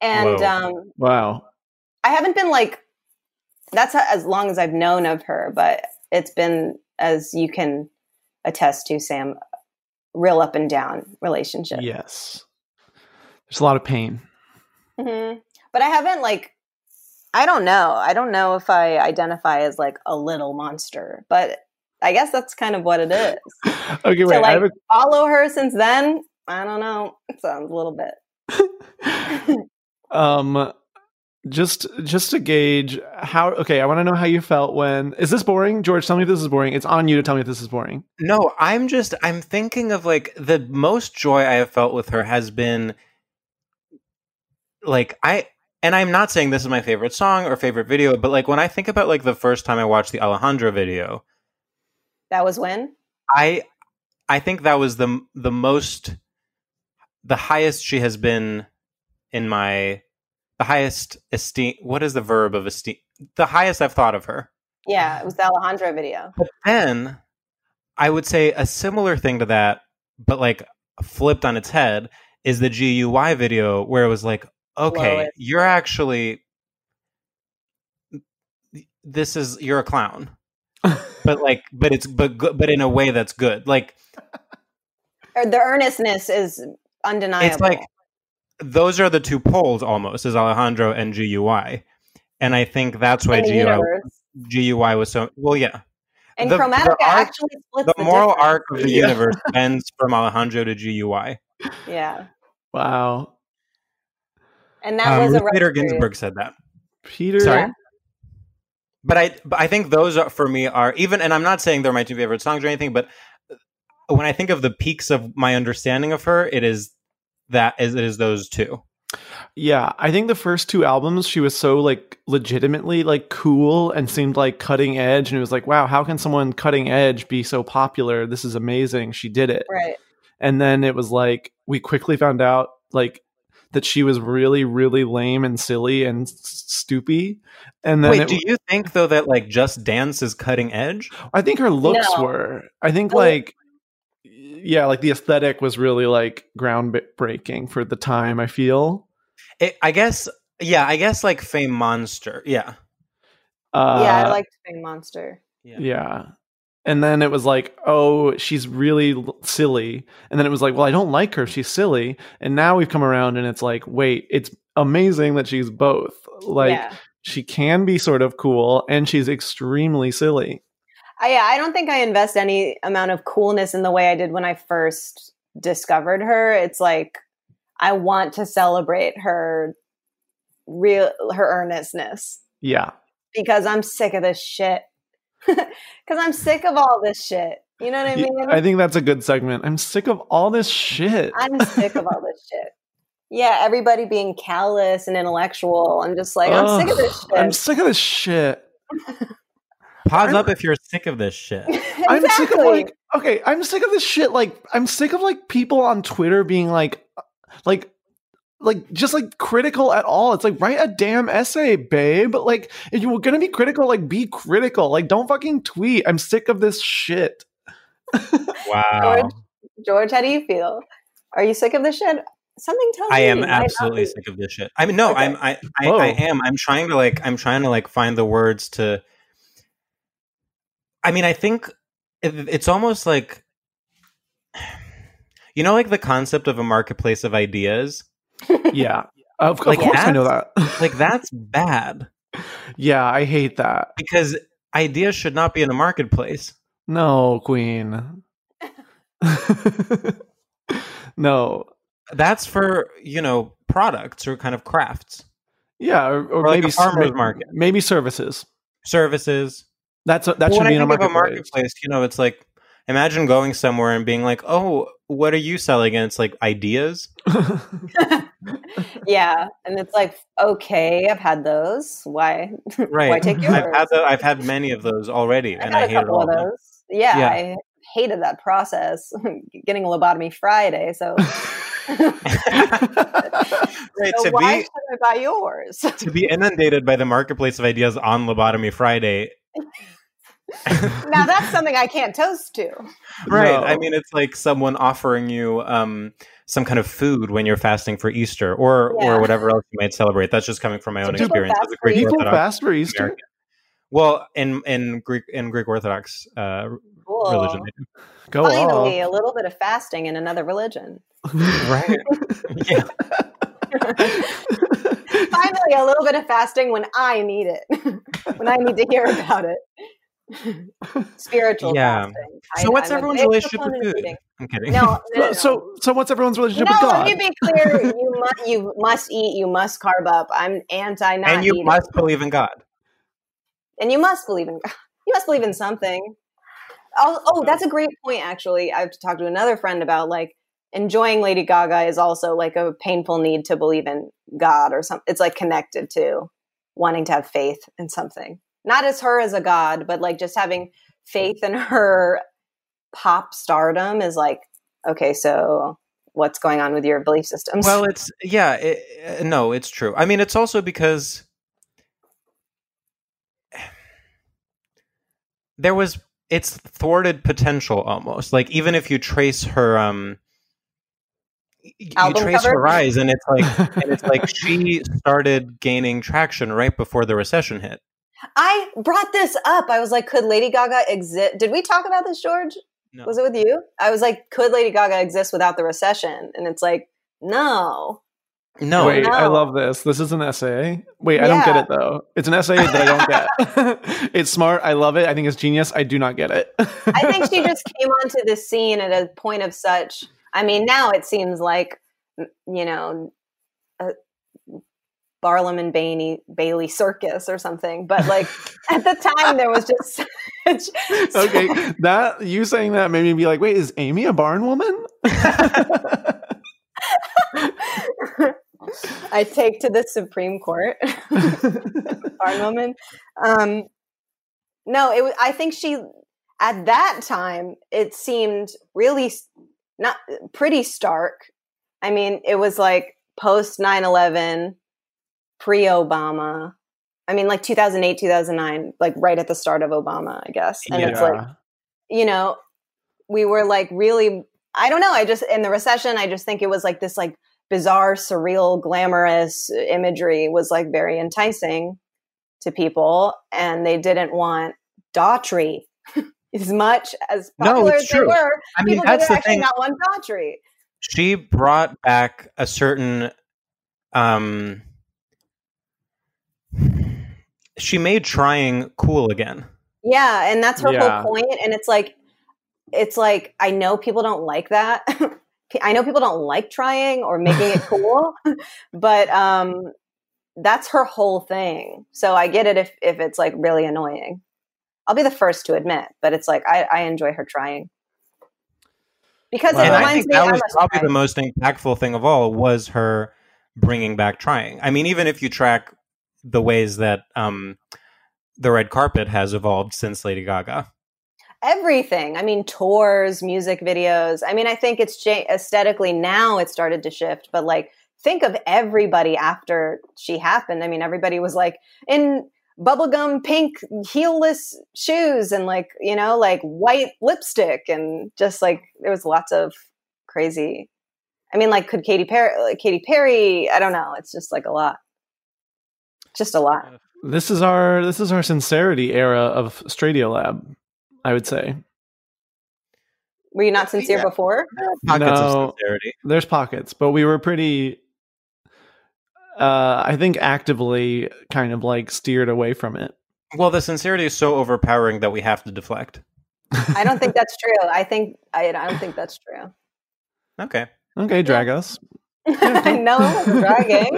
Speaker 6: And
Speaker 2: Whoa.
Speaker 6: um,
Speaker 2: Wow.
Speaker 6: I haven't been like that's a- as long as I've known of her, but it's been as you can attest to Sam real up and down relationship.
Speaker 2: Yes. There's a lot of pain.
Speaker 6: Mhm. But I haven't like I don't know. I don't know if I identify as like a little monster, but I guess that's kind of what it is.
Speaker 2: Okay, wait.
Speaker 6: to
Speaker 2: I
Speaker 6: like
Speaker 2: have a
Speaker 6: follow her since then, I don't know. It sounds a little bit.
Speaker 2: um just just to gauge how okay i want to know how you felt when is this boring george tell me if this is boring it's on you to tell me if this is boring
Speaker 3: No, I'm just I'm thinking of like the most joy I have felt with her has been like I and I'm not saying this is my favorite song or favorite video, but like when I think about like the first time I watched the Alejandro video,
Speaker 6: That was when?
Speaker 3: I I think that was the the most the highest she has been in my the highest esteem what is the verb of esteem the highest I've thought of her.
Speaker 6: Yeah, it was the Alejandro video.
Speaker 3: But then I would say a similar thing to that, but like flipped on its head, is the GUI video where it was like, okay,
Speaker 6: Lowest.
Speaker 3: you're actually this is you're a clown. but like but it's but good but in a way that's good. Like
Speaker 6: Or the earnestness is undeniable.
Speaker 3: it's like those are the two poles almost is Alejandro and GUI. And I think that's why
Speaker 6: In the
Speaker 3: GUI
Speaker 6: universe.
Speaker 3: GUI was so well yeah.
Speaker 6: And
Speaker 3: The- the
Speaker 6: Chromatica
Speaker 3: arc-
Speaker 6: actually splits
Speaker 3: the
Speaker 6: the,
Speaker 3: moral arc of the
Speaker 2: Yeah.
Speaker 3: universe bends from Alejandro to GUI.
Speaker 6: difference. Yeah.
Speaker 2: wow
Speaker 6: And that was a rough
Speaker 3: um, Peter
Speaker 6: period.
Speaker 3: Ginsburg said that.
Speaker 2: peter
Speaker 3: Sorry, but I but I think those are, for me are even, and I'm not saying they're my two favorite songs or anything, but uh, when I think of the peaks of my understanding of her, it is that is it is those two.
Speaker 2: yeah i think the first two albums she was so like legitimately like cool and seemed like cutting edge and it was like wow how can someone cutting edge be so popular this is amazing she did it
Speaker 6: Right.
Speaker 2: and then it was like we quickly found out like that she was really really lame and silly and s- stoopy and then
Speaker 3: Wait,
Speaker 2: it-
Speaker 3: do you think though that like Just Dance is cutting edge?
Speaker 2: i think her looks
Speaker 3: No.
Speaker 2: were i think
Speaker 6: Oh.
Speaker 2: like yeah like the aesthetic was really like groundbreaking for the time i feel
Speaker 3: It, I guess. Yeah, I guess like Fame Monster. Yeah.
Speaker 2: uh,
Speaker 6: yeah, I liked Fame Monster.
Speaker 2: Yeah. And then it was like, oh, she's really l- silly. And then it was like, well, I don't like her. She's silly. And now we've come around and it's like, wait, it's amazing that she's both. Like,
Speaker 6: Yeah.
Speaker 2: she can be sort of cool and she's extremely silly.
Speaker 6: I, yeah, I don't think I invest any amount of coolness in the way I did when I first discovered her. It's like I want to celebrate her real her earnestness
Speaker 2: Yeah.
Speaker 6: because I'm sick of this shit. Because I'm sick of all this shit. You know what I
Speaker 2: Y-
Speaker 6: mean?
Speaker 2: I think that's a good segment. I'm sick of all this shit.
Speaker 6: I'm sick of all this shit. Yeah, everybody being callous and intellectual. I'm just like, I'm sick of this
Speaker 2: Ugh,
Speaker 6: shit.
Speaker 2: I'm sick of this shit.
Speaker 3: Pause up if you're sick of this shit.
Speaker 2: I'm sick of like okay, I'm sick of this shit. Like I'm sick of like people on Twitter being like like like just like critical at all. It's like write a damn essay, babe. Like if you were gonna be critical, like be critical. Like don't fucking tweet. I'm sick of this shit.
Speaker 3: Wow.
Speaker 6: George, how do you feel? Are you sick of this shit? Something tells
Speaker 3: I
Speaker 6: me.
Speaker 3: am
Speaker 6: you might not
Speaker 3: absolutely
Speaker 6: be.
Speaker 3: sick of this shit. I mean, no, I'm I, I,
Speaker 2: Whoa.
Speaker 3: I am. I'm trying to like I'm trying to like find the words to. I mean, I think it- it's almost like you know, like the concept of a marketplace of ideas.
Speaker 2: Yeah. Of, of
Speaker 3: Like
Speaker 2: course I
Speaker 3: that?
Speaker 2: know that.
Speaker 3: Like that's bad
Speaker 2: Yeah, I hate that.
Speaker 3: because ideas should not be in a marketplace.
Speaker 2: No, Queen. no.
Speaker 3: That's for you know products or kind of crafts,
Speaker 2: Yeah, or, or,
Speaker 3: Or like a
Speaker 2: maybe
Speaker 3: farmer's market.
Speaker 2: Maybe services.
Speaker 3: services.
Speaker 2: That's a, that
Speaker 3: Well,
Speaker 2: should
Speaker 3: when
Speaker 2: be
Speaker 3: I
Speaker 2: in a
Speaker 3: think of
Speaker 2: marketplace.
Speaker 3: a marketplace, you know, it's like imagine going somewhere and being like, "Oh, what are you selling?" And it's like ideas.
Speaker 6: Yeah, and it's like, okay, I've had those. Why?
Speaker 3: Right.
Speaker 6: Why take yours?
Speaker 3: I've had the, I've had many of those already,
Speaker 6: had
Speaker 3: and I
Speaker 6: a
Speaker 3: hate it
Speaker 6: couple
Speaker 3: all.
Speaker 6: of those. Yeah,
Speaker 3: Yeah.
Speaker 6: I hated that process. Getting a lobotomy Friday, so,
Speaker 3: Right,
Speaker 6: so
Speaker 3: to
Speaker 6: why
Speaker 3: be-
Speaker 6: should I buy yours?
Speaker 3: To be inundated by the marketplace of ideas on Lobotomy Friday,
Speaker 6: now that's something I can't toast to.
Speaker 3: right? I mean, it's like someone offering you um, some kind of food when you're fasting for Easter, or
Speaker 6: Yeah.
Speaker 3: or whatever else you might celebrate. That's just coming from my own
Speaker 2: people
Speaker 3: experience.
Speaker 2: fast
Speaker 3: as a
Speaker 2: for
Speaker 3: Greek
Speaker 2: Easter? People
Speaker 3: Orthodox
Speaker 2: fast for Easter?
Speaker 3: American. Well, in in Greek in Greek Orthodox uh,
Speaker 6: Cool.
Speaker 3: religion, they do.
Speaker 2: Go
Speaker 6: Finally, a little bit of fasting in another religion.
Speaker 3: right?
Speaker 6: Finally, a little bit of fasting when I need it, when I need to hear about it. Spiritual
Speaker 3: Yeah.
Speaker 6: fasting.
Speaker 3: So what's
Speaker 6: I'm a
Speaker 3: everyone's
Speaker 6: big
Speaker 3: relationship with
Speaker 6: proponent of
Speaker 3: food?
Speaker 6: eating.
Speaker 3: I'm kidding.
Speaker 6: No, no, no, no.
Speaker 2: So, so what's everyone's relationship
Speaker 6: no,
Speaker 2: with
Speaker 6: let
Speaker 2: God?
Speaker 6: me be clear. You must, you must eat. You must carb up. I'm anti not
Speaker 3: and you
Speaker 6: eating.
Speaker 3: must believe in God.
Speaker 6: and you must believe in you must believe in something oh, oh that's a great point actually i've talked to another friend about like enjoying lady gaga is also like a painful need to believe in god or something it's like connected to wanting to have faith in something not as her as a god but like just having faith in her pop stardom is like okay so what's going on with your belief systems
Speaker 3: Well, it's yeah, it, uh, no, it's true. I mean, it's also because there was it's thwarted potential almost. Like even if you trace her um y- you
Speaker 6: Album
Speaker 3: trace
Speaker 6: cover?
Speaker 3: her rise and it's like and it's like she started gaining traction right before the recession hit.
Speaker 6: I brought this up. I was like, could Lady Gaga exist? Did we talk about this, George?
Speaker 3: No.
Speaker 6: Was it with you? I was like, could Lady Gaga exist without the recession? And it's like, no.
Speaker 3: No.
Speaker 2: Wait, I
Speaker 6: No.
Speaker 2: love this. This is an essay. Wait, I don't get
Speaker 6: Yeah.
Speaker 2: it though. It's an essay that I don't get. it's smart. I love it. I think it's genius. I do not get it.
Speaker 6: I think she just came onto the scene at a point of such. I mean, now it seems like, m- you know, a Barlam and Bailey, Bailey circus or something. But like at the time, there was just such.
Speaker 2: okay, that you saying that made me be like, wait, is Amy a barn woman?
Speaker 6: I take to the Supreme Court, barn woman. Um, no, it. wa- I think she at that time it seemed really s- not pretty stark. I mean, it was like post 9/11, pre-Obama. I mean, like 2008, 2009, like right at the start of Obama, I guess. And it's like, you know, we were like really, I don't know. I just, in the recession, I just think it was like this like bizarre, surreal, glamorous uh, imagery was like very enticing to people. And they didn't want Daughtry as much as
Speaker 3: No,
Speaker 6: popular
Speaker 3: it's
Speaker 6: as they
Speaker 3: true.
Speaker 6: were.
Speaker 3: I mean,
Speaker 6: people
Speaker 3: that's
Speaker 6: didn't
Speaker 3: the
Speaker 6: actually
Speaker 3: thing.
Speaker 6: not want Daughtry.
Speaker 3: she brought back a certain um she made trying cool again
Speaker 6: Yeah, and that's her
Speaker 3: Yeah.
Speaker 6: whole point. And it's like, it's like I know people don't like that. I know people don't like trying or making it cool, but um, that's her whole thing. So I get it if if it's like really annoying. I'll be the first to admit, but it's like I, I enjoy her trying because it
Speaker 3: and i
Speaker 6: reminds
Speaker 3: think
Speaker 6: me.
Speaker 3: that
Speaker 6: I'm
Speaker 3: was
Speaker 6: a
Speaker 3: probably the most impactful thing of all was her bringing back trying i mean even if you track the ways that um the red carpet has evolved since lady gaga
Speaker 6: everything. I mean, tours, music videos. I mean, I think it's cha- aesthetically now it started to shift, but like think of everybody after she happened. I mean, everybody was like in bubblegum pink heelless shoes and like, you know, like white lipstick and just like there was lots of crazy. I mean, like could Katy Perry like Katy Perry, I don't know, it's just like a lot. Just a lot.
Speaker 2: This is our this is our sincerity era of Stradiolab, I would say.
Speaker 6: Were you not sincere before?
Speaker 3: Pockets of sincerity.
Speaker 2: There's pockets, but we were pretty uh I think actively kind of like steered away from it.
Speaker 3: well the sincerity is so overpowering that we have to deflect
Speaker 6: I don't think that's true. I think I, I don't think that's true.
Speaker 3: okay
Speaker 2: Okay, drag us.
Speaker 6: no, I wasn't dragging.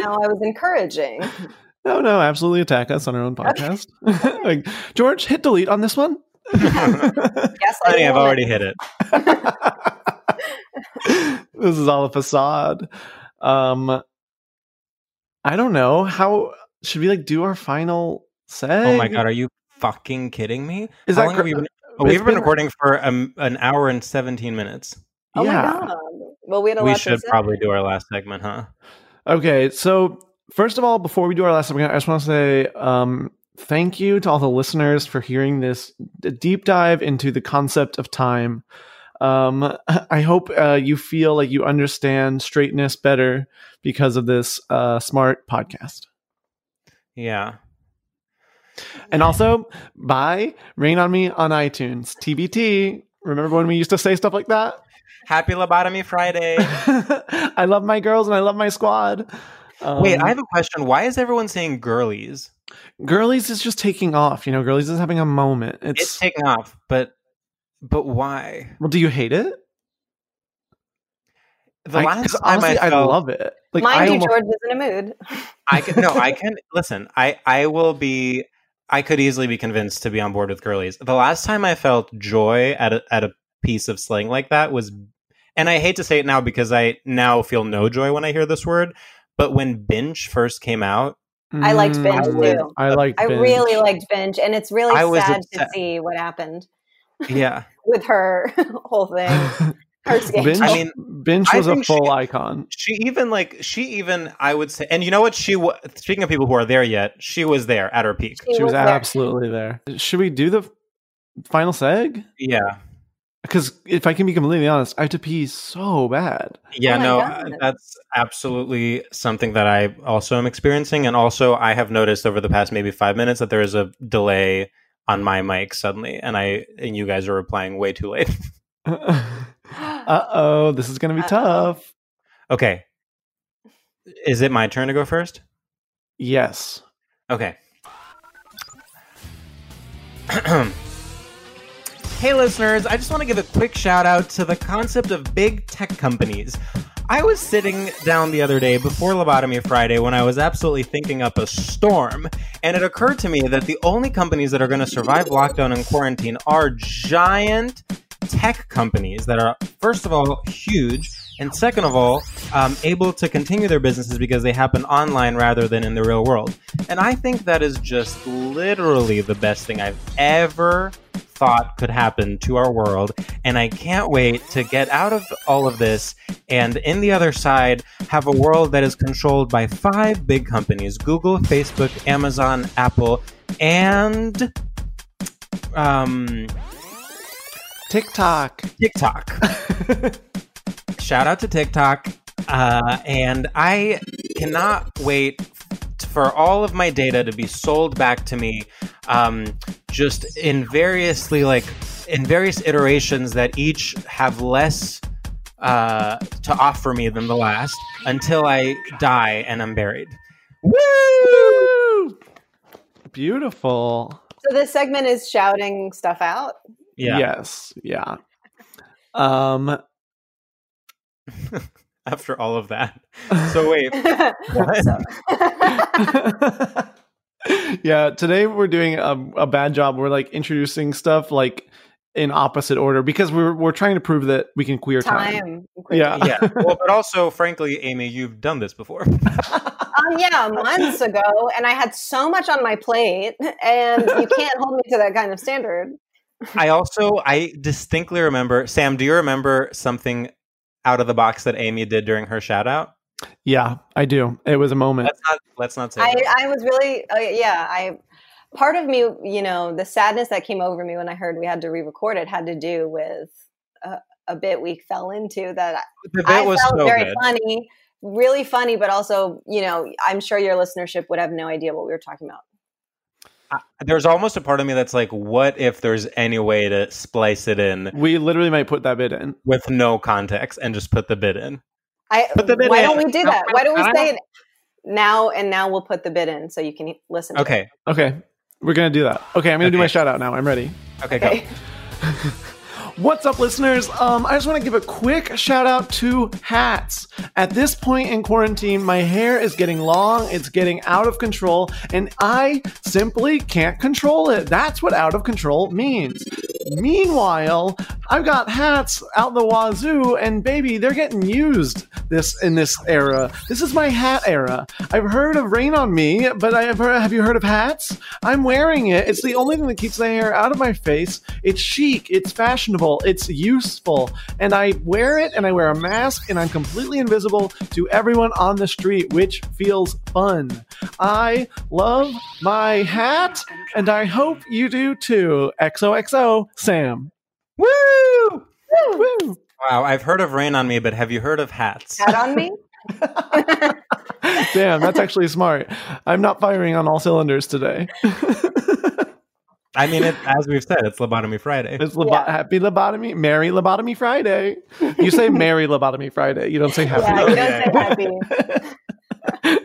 Speaker 6: no, I was encouraging.
Speaker 2: No, no, absolutely attack us on our own podcast. like George, hit delete on this one.
Speaker 6: Yes,
Speaker 3: i think i've already hit it
Speaker 2: this is all a facade. Um, I don't know how should we like do our final set.
Speaker 3: Oh
Speaker 6: Mm.
Speaker 3: my god, are you fucking kidding me?
Speaker 2: Is
Speaker 3: How long
Speaker 2: that cor-
Speaker 3: have we been,
Speaker 2: uh,
Speaker 3: oh, we've
Speaker 2: it's
Speaker 3: been,
Speaker 2: been-
Speaker 3: recording for um, an hour and 17 minutes.
Speaker 6: Oh
Speaker 2: Yeah.
Speaker 6: my god. Well, we had a
Speaker 3: We
Speaker 6: lot to
Speaker 3: should
Speaker 6: say.
Speaker 3: probably do our last segment, huh?
Speaker 2: Okay, so first of all, before we do our last segment, I just want to say um, thank you to all the listeners for hearing this d- deep dive into the concept of time. Um, I hope uh, you feel like you understand straightness better because of this uh, smart podcast.
Speaker 3: Yeah.
Speaker 2: And also, buy Rain on Me on iTunes. TBT. Remember when we used to say stuff like that?
Speaker 3: Happy Lobotomy Friday.
Speaker 2: I love my girls and I love my squad.
Speaker 3: Wait,
Speaker 2: Um,
Speaker 3: I have a question. Why is everyone saying girlies?
Speaker 2: Girlies is just taking off. You know, Girlies is having a moment. It's,
Speaker 3: It's, taking off, but but why?
Speaker 2: well, do you hate it?
Speaker 3: The
Speaker 2: I-
Speaker 3: last
Speaker 2: 'cause
Speaker 3: time
Speaker 2: honestly,
Speaker 3: I,
Speaker 2: I,
Speaker 3: felt-
Speaker 2: love it. Like
Speaker 6: Mind
Speaker 2: I
Speaker 6: you,
Speaker 2: almost,
Speaker 6: George is in a mood.
Speaker 3: I can no, I can listen. I I will be. I could easily be convinced to be on board with girlies. The last time I felt joy at a, at a piece of slang like that was, and I hate to say it now because I now feel no joy when I hear this word. But when binge first came out,
Speaker 6: I liked Binge
Speaker 2: I was-
Speaker 6: too.
Speaker 2: Mm, I liked.
Speaker 6: I
Speaker 2: Binge.
Speaker 6: really liked Binge, and it's really
Speaker 3: I was
Speaker 6: sad to
Speaker 3: upset.
Speaker 6: see what happened
Speaker 3: yeah,
Speaker 6: with her whole thing. Her
Speaker 2: Binge.
Speaker 6: scandal.
Speaker 3: I
Speaker 2: I
Speaker 3: mean,
Speaker 2: mean, Binge
Speaker 3: I
Speaker 2: was a
Speaker 3: think she-
Speaker 2: full icon.
Speaker 3: she even like she even I would say, and you know what? She wa speaking of people who are there yet, she was there at her peak.
Speaker 2: She was
Speaker 6: there.
Speaker 2: absolutely there. Should we do the f- final seg?
Speaker 3: Yeah,
Speaker 2: Because if I can be completely honest, I have to pee so bad.
Speaker 3: Yeah,
Speaker 6: Oh my
Speaker 3: no,
Speaker 6: God.
Speaker 3: uh, that's absolutely something that I also am experiencing. And also, I have noticed over the past maybe five minutes that there is a delay on my mic suddenly, and I and you guys are replying way too late.
Speaker 2: uh oh, this is gonna be
Speaker 6: Uh-oh.
Speaker 2: tough.
Speaker 3: okay, is it my turn to go first?
Speaker 2: Yes.
Speaker 3: Okay. hey, listeners, I just want to give a quick shout out to the concept of big tech companies. I was sitting down the other day before Lobotomy Friday when I was absolutely thinking up a storm, and it occurred to me that the only companies that are going to survive lockdown and quarantine are giant tech companies that are, first of all, huge, and second of all, um, able to continue their businesses because they happen online rather than in the real world. And I think that is just literally the best thing I've ever
Speaker 2: thought could happen to our world. And I can't wait to get out of all of this and in the other side have a world that is controlled by five big companies Google, Facebook, Amazon, Apple, and. Um,
Speaker 9: TikTok.
Speaker 2: TikTok. Shout out to TikTok. Uh, and I cannot wait for all of my data to be sold back to me um, just in variously like in various iterations that each have less uh, to offer me than the last until I die and I'm buried.
Speaker 9: Woo! Beautiful.
Speaker 6: So this segment is shouting stuff out.
Speaker 2: Yeah.
Speaker 9: Yes. Yeah. Um.
Speaker 2: after all of that. So wait.
Speaker 9: yeah, today we're doing a, a, bad job. We're like introducing stuff like in opposite order because we're we're trying to prove that we can queer time. time. Yeah,
Speaker 2: yeah. Well, but also, frankly, Amy, you've done this before.
Speaker 6: um, yeah, months ago, and I had so much on my plate, and you can't hold me to that kind of standard.
Speaker 2: I also I distinctly remember Sam. Do you remember something out of the box that Amy did during her shout out?
Speaker 9: Yeah, I do. It was a moment.
Speaker 2: Let's not, let's not say.
Speaker 6: I, I was really, uh, yeah. I part of me, you know, the sadness that came over me when I heard we had to re-record it had to do with a, a bit we fell into that.
Speaker 2: The bit I was
Speaker 6: felt
Speaker 2: so
Speaker 6: very
Speaker 2: good.
Speaker 6: funny, really funny, but also, you know, I'm sure your listenership would have no idea what we were talking about.
Speaker 2: I, there's almost a part of me that's like, what if there's any way to splice it in?
Speaker 9: We literally might put that bit in
Speaker 2: with no context and just put the bit in.
Speaker 6: I put the bit why in. don't we do that? Why don't we say it now and now we'll put the bit in so you can listen.
Speaker 2: Okay.
Speaker 9: Okay. We're gonna do that. Okay, I'm gonna okay. do my shout out now. I'm ready.
Speaker 2: Okay, okay. go.
Speaker 9: What's up, listeners? Um, I just want to give a quick shout out to hats. At this point in quarantine, my hair is getting long, it's getting out of control, and I simply can't control it. That's what out of control means. Meanwhile, I've got hats out the wazoo, and baby, they're getting used this in this era. This is my hat era. I've heard of rain on me, but I have heard, have you heard of hats? I'm wearing it. It's the only thing that keeps the hair out of my face. It's chic. It's fashionable it's useful. And I wear it and I wear a mask and I'm completely invisible to everyone on the street, which feels fun. I love my hat and I hope you do too. XOXO Sam.
Speaker 2: Woo! Woo! Woo! Wow, I've heard of rain on me, but have you heard of hats?
Speaker 6: Hat on me?
Speaker 9: Damn, that's actually smart. I'm not firing on all cylinders today.
Speaker 2: I mean, it, as we've said, it's Lobotomy Friday.
Speaker 9: It's lobo- yeah. Happy Lobotomy, Merry Lobotomy Friday. You say Merry Lobotomy Friday. You don't say Happy.
Speaker 6: Yeah, you don't say Happy.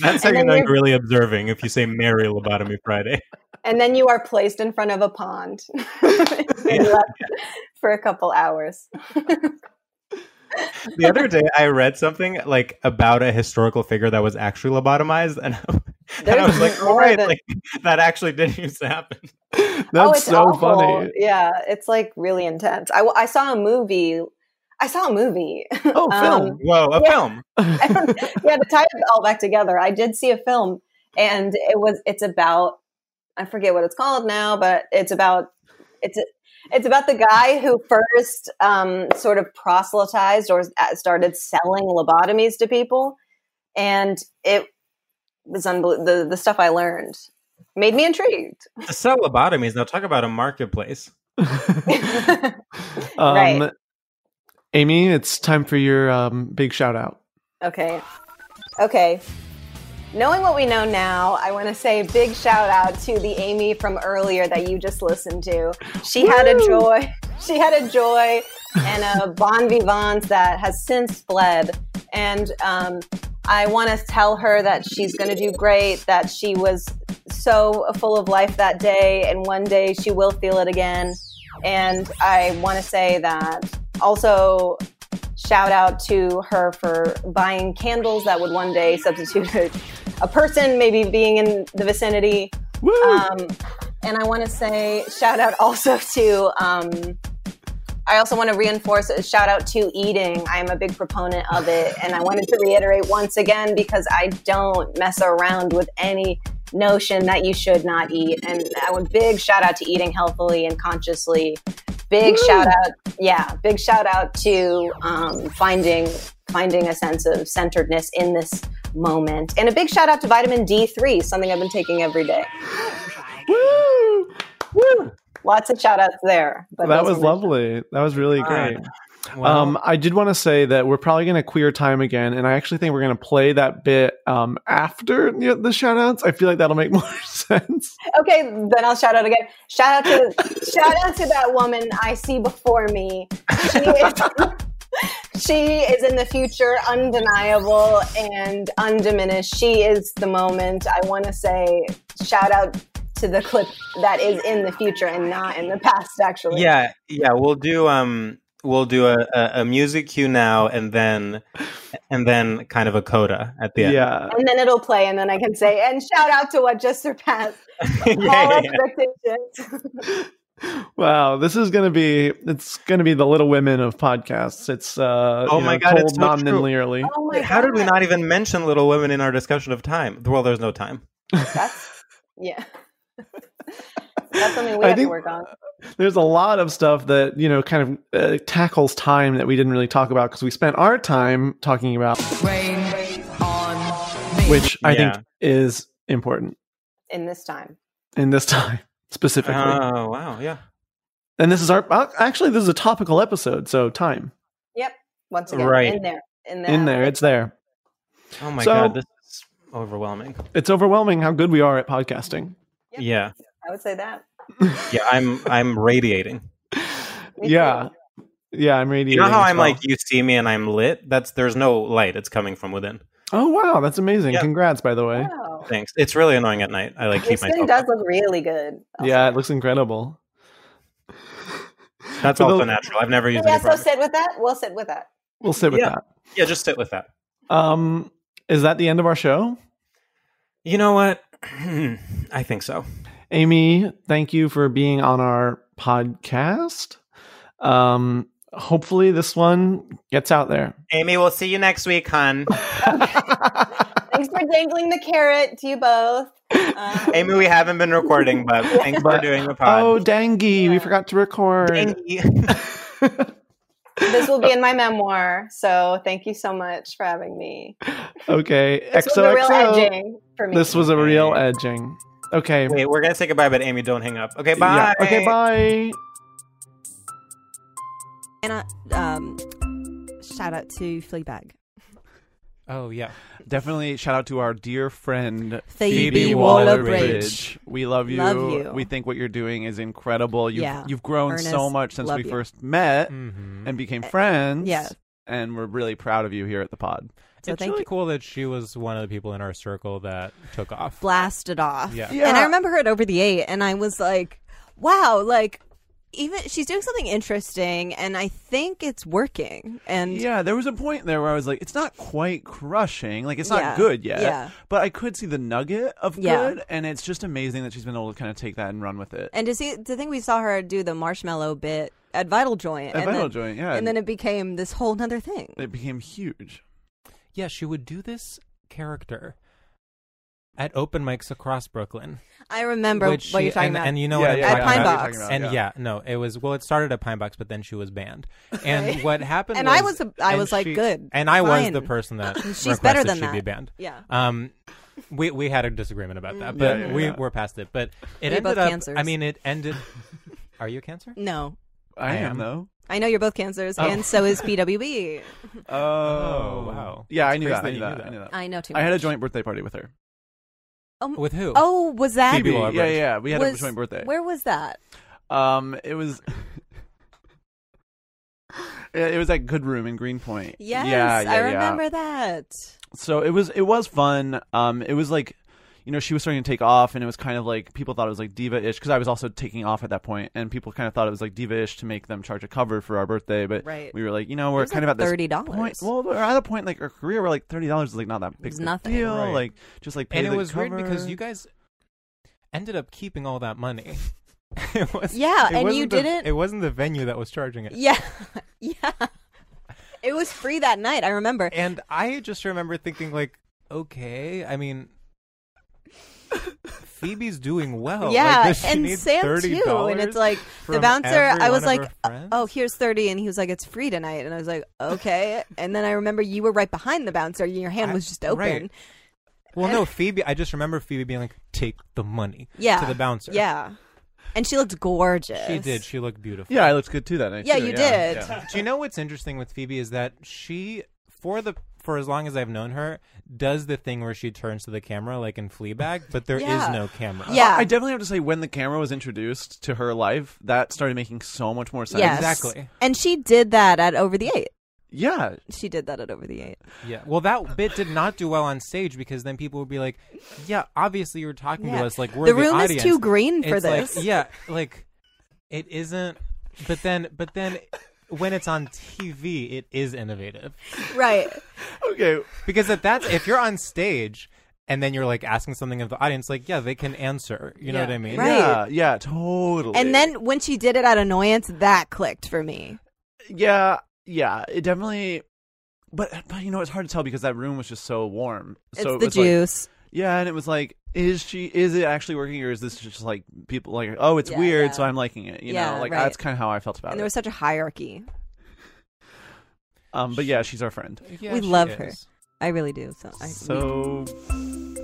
Speaker 2: That's how you know you're really observing if you say Merry Lobotomy Friday.
Speaker 6: And then you are placed in front of a pond yeah. for a couple hours.
Speaker 2: the other day, I read something like about a historical figure that was actually lobotomized, and I- there's and I was like, all right, than... like, that actually did used to happen.
Speaker 9: That's oh, so awful. funny.
Speaker 6: Yeah, it's like really intense. I, I saw a movie. I saw a movie.
Speaker 9: Oh, film. Um,
Speaker 2: Whoa, a
Speaker 6: yeah.
Speaker 2: film.
Speaker 6: yeah, to tie it all back together, I did see a film, and it was it's about I forget what it's called now, but it's about it's it's about the guy who first um, sort of proselytized or started selling lobotomies to people, and it was unbel- the the stuff I learned made me intrigued.
Speaker 2: To sell lobotomies. Now talk about a marketplace.
Speaker 9: um,
Speaker 2: Um,
Speaker 9: right. Amy, it's time for your um, big shout out.
Speaker 6: Okay. Okay. Knowing what we know now, I want to say a big shout out to the Amy from earlier that you just listened to. She Woo! had a joy. She had a joy and a bon vivant that has since fled. And um, I want to tell her that she's going to do great, that she was so full of life that day, and one day she will feel it again. And I want to say that also shout out to her for buying candles that would one day substitute a, a person, maybe being in the vicinity. Um, and I want to say shout out also to. Um, I also want to reinforce a shout out to eating. I'm a big proponent of it. And I wanted to reiterate once again because I don't mess around with any notion that you should not eat. And I would big shout out to eating healthily and consciously. Big
Speaker 10: Woo!
Speaker 6: shout out, yeah, big shout out to um, finding finding a sense of centeredness in this moment. And a big shout out to vitamin D3, something I've been taking every day.
Speaker 2: Woo! Woo!
Speaker 6: Lots of shout outs there.
Speaker 2: that
Speaker 6: those
Speaker 2: was
Speaker 6: are my-
Speaker 2: lovely. That was really
Speaker 6: Fun.
Speaker 2: great. um, I did want to say that we're probably going to queer time again, and I actually think we're going to play that bit um, after the, the shout outs. I feel like that'll make more sense.
Speaker 6: Okay, then I'll shout out again. Shout out to shout out to that woman I see before me. She is, she is in the future, undeniable and undiminished. She is the moment. I want to say shout out to the clip that is in the future and not in the past. Actually,
Speaker 3: Yeah, Uh, yeah, we'll do um we'll do a, a, a music cue now and then and then kind of a coda at the end.
Speaker 2: Yeah.
Speaker 6: and then it'll play, and then I can say and shout out to what just surpassed all
Speaker 2: yeah,
Speaker 6: expectations.
Speaker 2: Wow, this is going to be it's going to be the Little Women of podcasts. It's uh,
Speaker 3: Oh
Speaker 2: you
Speaker 3: my
Speaker 2: know,
Speaker 3: God, it's
Speaker 2: told
Speaker 3: so true.
Speaker 2: non-linearly.
Speaker 6: Oh
Speaker 3: How did we not even mention Little Women in our discussion of time? Well, there's no time.
Speaker 6: yeah, that's something we
Speaker 2: I
Speaker 6: have
Speaker 2: think-
Speaker 6: to work on.
Speaker 2: There's a lot of stuff that you know kind of uh, tackles time that we didn't really talk about because we spent our time talking about,
Speaker 6: Rain on
Speaker 2: which I
Speaker 3: Yeah.
Speaker 2: think is important
Speaker 6: in this time.
Speaker 2: in this time specifically.
Speaker 3: Oh wow, yeah.
Speaker 2: and this is our uh, actually this is a topical episode, so time
Speaker 6: Yep. Once again,
Speaker 2: Right.
Speaker 6: in there, in there.
Speaker 2: in there, it's there.
Speaker 3: Oh my
Speaker 2: So-
Speaker 3: god, this is overwhelming.
Speaker 2: It's overwhelming how good we are at podcasting.
Speaker 3: Yeah.
Speaker 6: I would say that.
Speaker 3: Yeah, I'm I'm radiating.
Speaker 2: Yeah, yeah, I'm
Speaker 3: You
Speaker 2: radiating.
Speaker 3: know how
Speaker 2: as
Speaker 3: I'm
Speaker 2: well.
Speaker 3: like you see me and I'm lit? That's there's no light. It's coming from within.
Speaker 2: oh wow, that's amazing! Congrats, by the way.
Speaker 3: Thanks. It's really annoying at night. I like
Speaker 6: Your
Speaker 3: keep
Speaker 6: skin
Speaker 3: myself.
Speaker 6: does look really good.
Speaker 2: Yeah, it looks incredible.
Speaker 3: That's
Speaker 2: For
Speaker 3: also
Speaker 2: the-
Speaker 3: natural. I've never used
Speaker 6: Oh, Yeah,
Speaker 3: any
Speaker 6: so
Speaker 3: product.
Speaker 6: sit with that. We'll sit with that.
Speaker 2: We'll sit with
Speaker 3: Yeah. Yeah, just sit with that.
Speaker 2: that. Um, is that the end of our show?
Speaker 3: You know what? I think so.
Speaker 2: Amy, thank you for being on our podcast. Um, hopefully this one gets out there.
Speaker 3: Amy, we'll see you next week, hon.
Speaker 6: Thanks for dangling the carrot to you both. Uh,
Speaker 3: Amy, we haven't been recording, but thanks for doing the pod.
Speaker 2: Oh, dangy, we forgot to record.
Speaker 6: This will be in my memoir. So thank you so much for having me.
Speaker 2: Okay,
Speaker 6: This was a real
Speaker 2: XOXO.
Speaker 6: edging for me.
Speaker 2: This was a real edging. Okay.
Speaker 3: Wait, we're gonna say goodbye, but Amy, don't hang up. Okay, bye.
Speaker 2: Yeah. Okay, bye.
Speaker 11: And I, um, shout out to Fleabag.
Speaker 2: Oh yeah, definitely. Shout out to our dear friend
Speaker 11: Phoebe Waller-Bridge.
Speaker 2: We love you.
Speaker 11: Love you.
Speaker 2: We think what you're doing is incredible. You've
Speaker 11: Yeah.
Speaker 2: you've grown so
Speaker 11: Ernest,
Speaker 2: much since
Speaker 11: love
Speaker 2: we
Speaker 11: you.
Speaker 2: first met
Speaker 9: Mm-hmm.
Speaker 2: and became friends.
Speaker 11: Uh, yeah.
Speaker 2: and we're really proud of you here at the pod.
Speaker 11: So
Speaker 9: it's
Speaker 11: thank
Speaker 9: really
Speaker 11: you.
Speaker 9: cool that she was one of the people in our circle that took off.
Speaker 11: blasted off.
Speaker 9: Yeah.
Speaker 11: And
Speaker 9: Yeah.
Speaker 11: I remember her at Over the Eight, and I was like, wow, like, even she's doing something interesting, and I think it's working. And
Speaker 2: yeah, there was a point there where I was like, it's not quite crushing. Like it's
Speaker 11: Yeah,
Speaker 2: not good yet.
Speaker 11: yeah.
Speaker 2: But I could see the nugget of
Speaker 11: Yeah.
Speaker 2: good, and it's just amazing that she's been able to kind of take that and run with it.
Speaker 11: and to see, to think we saw her do the marshmallow bit at Vital Joint.
Speaker 2: At
Speaker 11: and
Speaker 2: Vital
Speaker 11: then-
Speaker 2: Joint, yeah.
Speaker 11: And then it became this whole nother thing.
Speaker 2: It became huge.
Speaker 9: Yeah, she would do this character at open mics across Brooklyn.
Speaker 11: I remember
Speaker 9: which
Speaker 11: what
Speaker 9: she-
Speaker 11: you're talking
Speaker 9: and,
Speaker 11: about.
Speaker 9: And you know
Speaker 11: Yeah,
Speaker 9: what
Speaker 11: yeah, yeah,
Speaker 9: I'm
Speaker 11: I
Speaker 9: talking
Speaker 11: know what you're
Speaker 9: about.
Speaker 2: Oh,
Speaker 11: talking about,
Speaker 9: And
Speaker 11: yeah.
Speaker 9: yeah. no, it was well, it started at Pine Box, but then she was banned. And
Speaker 11: Right.
Speaker 9: what happened?
Speaker 11: And
Speaker 9: was,
Speaker 11: I was a- I
Speaker 9: and
Speaker 11: was like,
Speaker 9: she-
Speaker 11: good,
Speaker 9: And I was the
Speaker 11: fine.
Speaker 9: person that
Speaker 11: She's better
Speaker 9: requested
Speaker 11: than
Speaker 9: she
Speaker 11: that.
Speaker 9: be banned.
Speaker 11: Yeah.
Speaker 9: Um, we we had a disagreement about that,
Speaker 11: Mm.
Speaker 9: but
Speaker 11: Yeah, yeah,
Speaker 9: we
Speaker 11: yeah.
Speaker 9: were past it. But
Speaker 11: We're
Speaker 9: it ended
Speaker 11: both
Speaker 9: up. I
Speaker 11: cancers.
Speaker 9: mean, it ended. Are you a cancer?
Speaker 11: No.
Speaker 2: I am, though.
Speaker 11: I know you're both cancers,
Speaker 9: Oh.
Speaker 11: and so is E. PWB.
Speaker 2: Oh,
Speaker 9: wow.
Speaker 2: Yeah, I
Speaker 9: It's
Speaker 2: knew
Speaker 9: crazy
Speaker 2: that. I
Speaker 9: that
Speaker 2: knew
Speaker 9: you knew
Speaker 2: that.
Speaker 9: that.
Speaker 2: I knew that.
Speaker 11: I know too
Speaker 2: I had a
Speaker 11: much.
Speaker 2: joint birthday party with her.
Speaker 11: Um,
Speaker 9: With who?
Speaker 11: Oh, was that?
Speaker 2: Phoebe Waller-Bridge. Yeah, yeah, yeah. We had a
Speaker 11: Was-
Speaker 2: joint birthday.
Speaker 11: Where was that?
Speaker 2: Um, it was. it it was at Good Room in Greenpoint.
Speaker 11: Yes,
Speaker 2: yeah, yeah,
Speaker 11: I
Speaker 2: yeah.
Speaker 11: remember that.
Speaker 2: So it was it was fun. Um, it was like, you know, she was starting to take off, and it was kind of like people thought it was like diva-ish because I was also taking off at that point, and people kind of thought it was like diva-ish to make them charge a cover for our birthday. But
Speaker 11: Right.
Speaker 2: we were like, you know,
Speaker 11: It
Speaker 2: we're
Speaker 11: was
Speaker 2: kind
Speaker 11: like
Speaker 2: of at this
Speaker 11: $30.
Speaker 2: point- Well, we're at a point like our career where like thirty dollars is like not that big
Speaker 11: was
Speaker 2: of a
Speaker 11: nothing.
Speaker 2: deal.
Speaker 9: Right.
Speaker 2: Like just like pay
Speaker 9: and it
Speaker 2: the
Speaker 9: was weird because
Speaker 2: cover.
Speaker 9: you guys ended up keeping all that money. it was
Speaker 11: Yeah,
Speaker 9: it
Speaker 11: and you
Speaker 9: wasn't the-
Speaker 11: didn't-
Speaker 9: It wasn't the venue that was charging it.
Speaker 11: Yeah, yeah. It was free that night. I remember.
Speaker 9: And I just remember thinking like, okay, I mean, Phoebe's doing well.
Speaker 6: yeah,
Speaker 9: like, does she
Speaker 6: and
Speaker 9: need
Speaker 6: Sam too.
Speaker 9: $30
Speaker 6: And it's like the
Speaker 9: from
Speaker 6: bouncer.
Speaker 9: every
Speaker 6: I was
Speaker 9: one of
Speaker 6: like,
Speaker 9: her friends?
Speaker 6: "Oh, here's thirty, and he was like, "It's free tonight," and I was like, "Okay." and then I remember you were right behind the bouncer, and your hand was just open.
Speaker 9: right. Well, no, Phoebe. I just remember Phoebe being like, "Take the money."
Speaker 6: Yeah,
Speaker 9: To the bouncer.
Speaker 6: Yeah, and she looked gorgeous.
Speaker 9: She did. She looked beautiful.
Speaker 2: Yeah, I looked good too that night.
Speaker 6: Yeah, too. you Yeah, did. yeah.
Speaker 9: Do you know what's interesting with Phoebe is that she, for the for as long as I've known her, does the thing where she turns to the camera like in Fleabag, but there is
Speaker 6: Yeah.
Speaker 9: no camera.
Speaker 2: Uh, I definitely have to say when the camera was introduced to her life, that started making so much more sense.
Speaker 6: Yes. And she did that at Over the Eight.
Speaker 2: Yeah.
Speaker 6: She did that at Over the Eight.
Speaker 9: Yeah. Well, that bit did not do well on stage because then people would be like, "Yeah, obviously you're talking
Speaker 6: Yeah.
Speaker 9: to us. Like we're
Speaker 6: The
Speaker 9: the,
Speaker 6: room is
Speaker 9: audience.
Speaker 6: too green for
Speaker 9: It's like-
Speaker 6: this.
Speaker 9: yeah. Like it isn't. But then, but then, when it's on TV, it is innovative.
Speaker 6: Right.
Speaker 2: okay.
Speaker 9: Because if that's if you're on stage and then you're like asking something of the audience, like yeah, they can answer. You know
Speaker 6: Yeah.
Speaker 9: what I mean?
Speaker 6: Right. Yeah,
Speaker 2: yeah, totally.
Speaker 6: And then when she did it at Annoyance, that clicked for me.
Speaker 2: Yeah, yeah, it definitely. But, but you know, it's hard to tell because that room was just so warm.
Speaker 6: It's
Speaker 2: so it
Speaker 6: the
Speaker 2: was like-
Speaker 6: juice.
Speaker 2: yeah, and it was like, is she? Is it actually working, or is this just like people like, oh, it's weird, so I'm liking it. You
Speaker 6: Yeah,
Speaker 2: know, like
Speaker 6: right.
Speaker 2: that's kind of how I felt about
Speaker 6: and
Speaker 2: it.
Speaker 6: there was such a hierarchy.
Speaker 2: um, but yeah, she's our friend.
Speaker 6: we love her. I really do. So, I,
Speaker 2: So,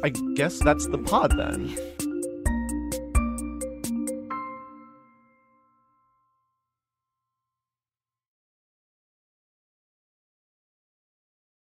Speaker 2: I guess that's the pod then.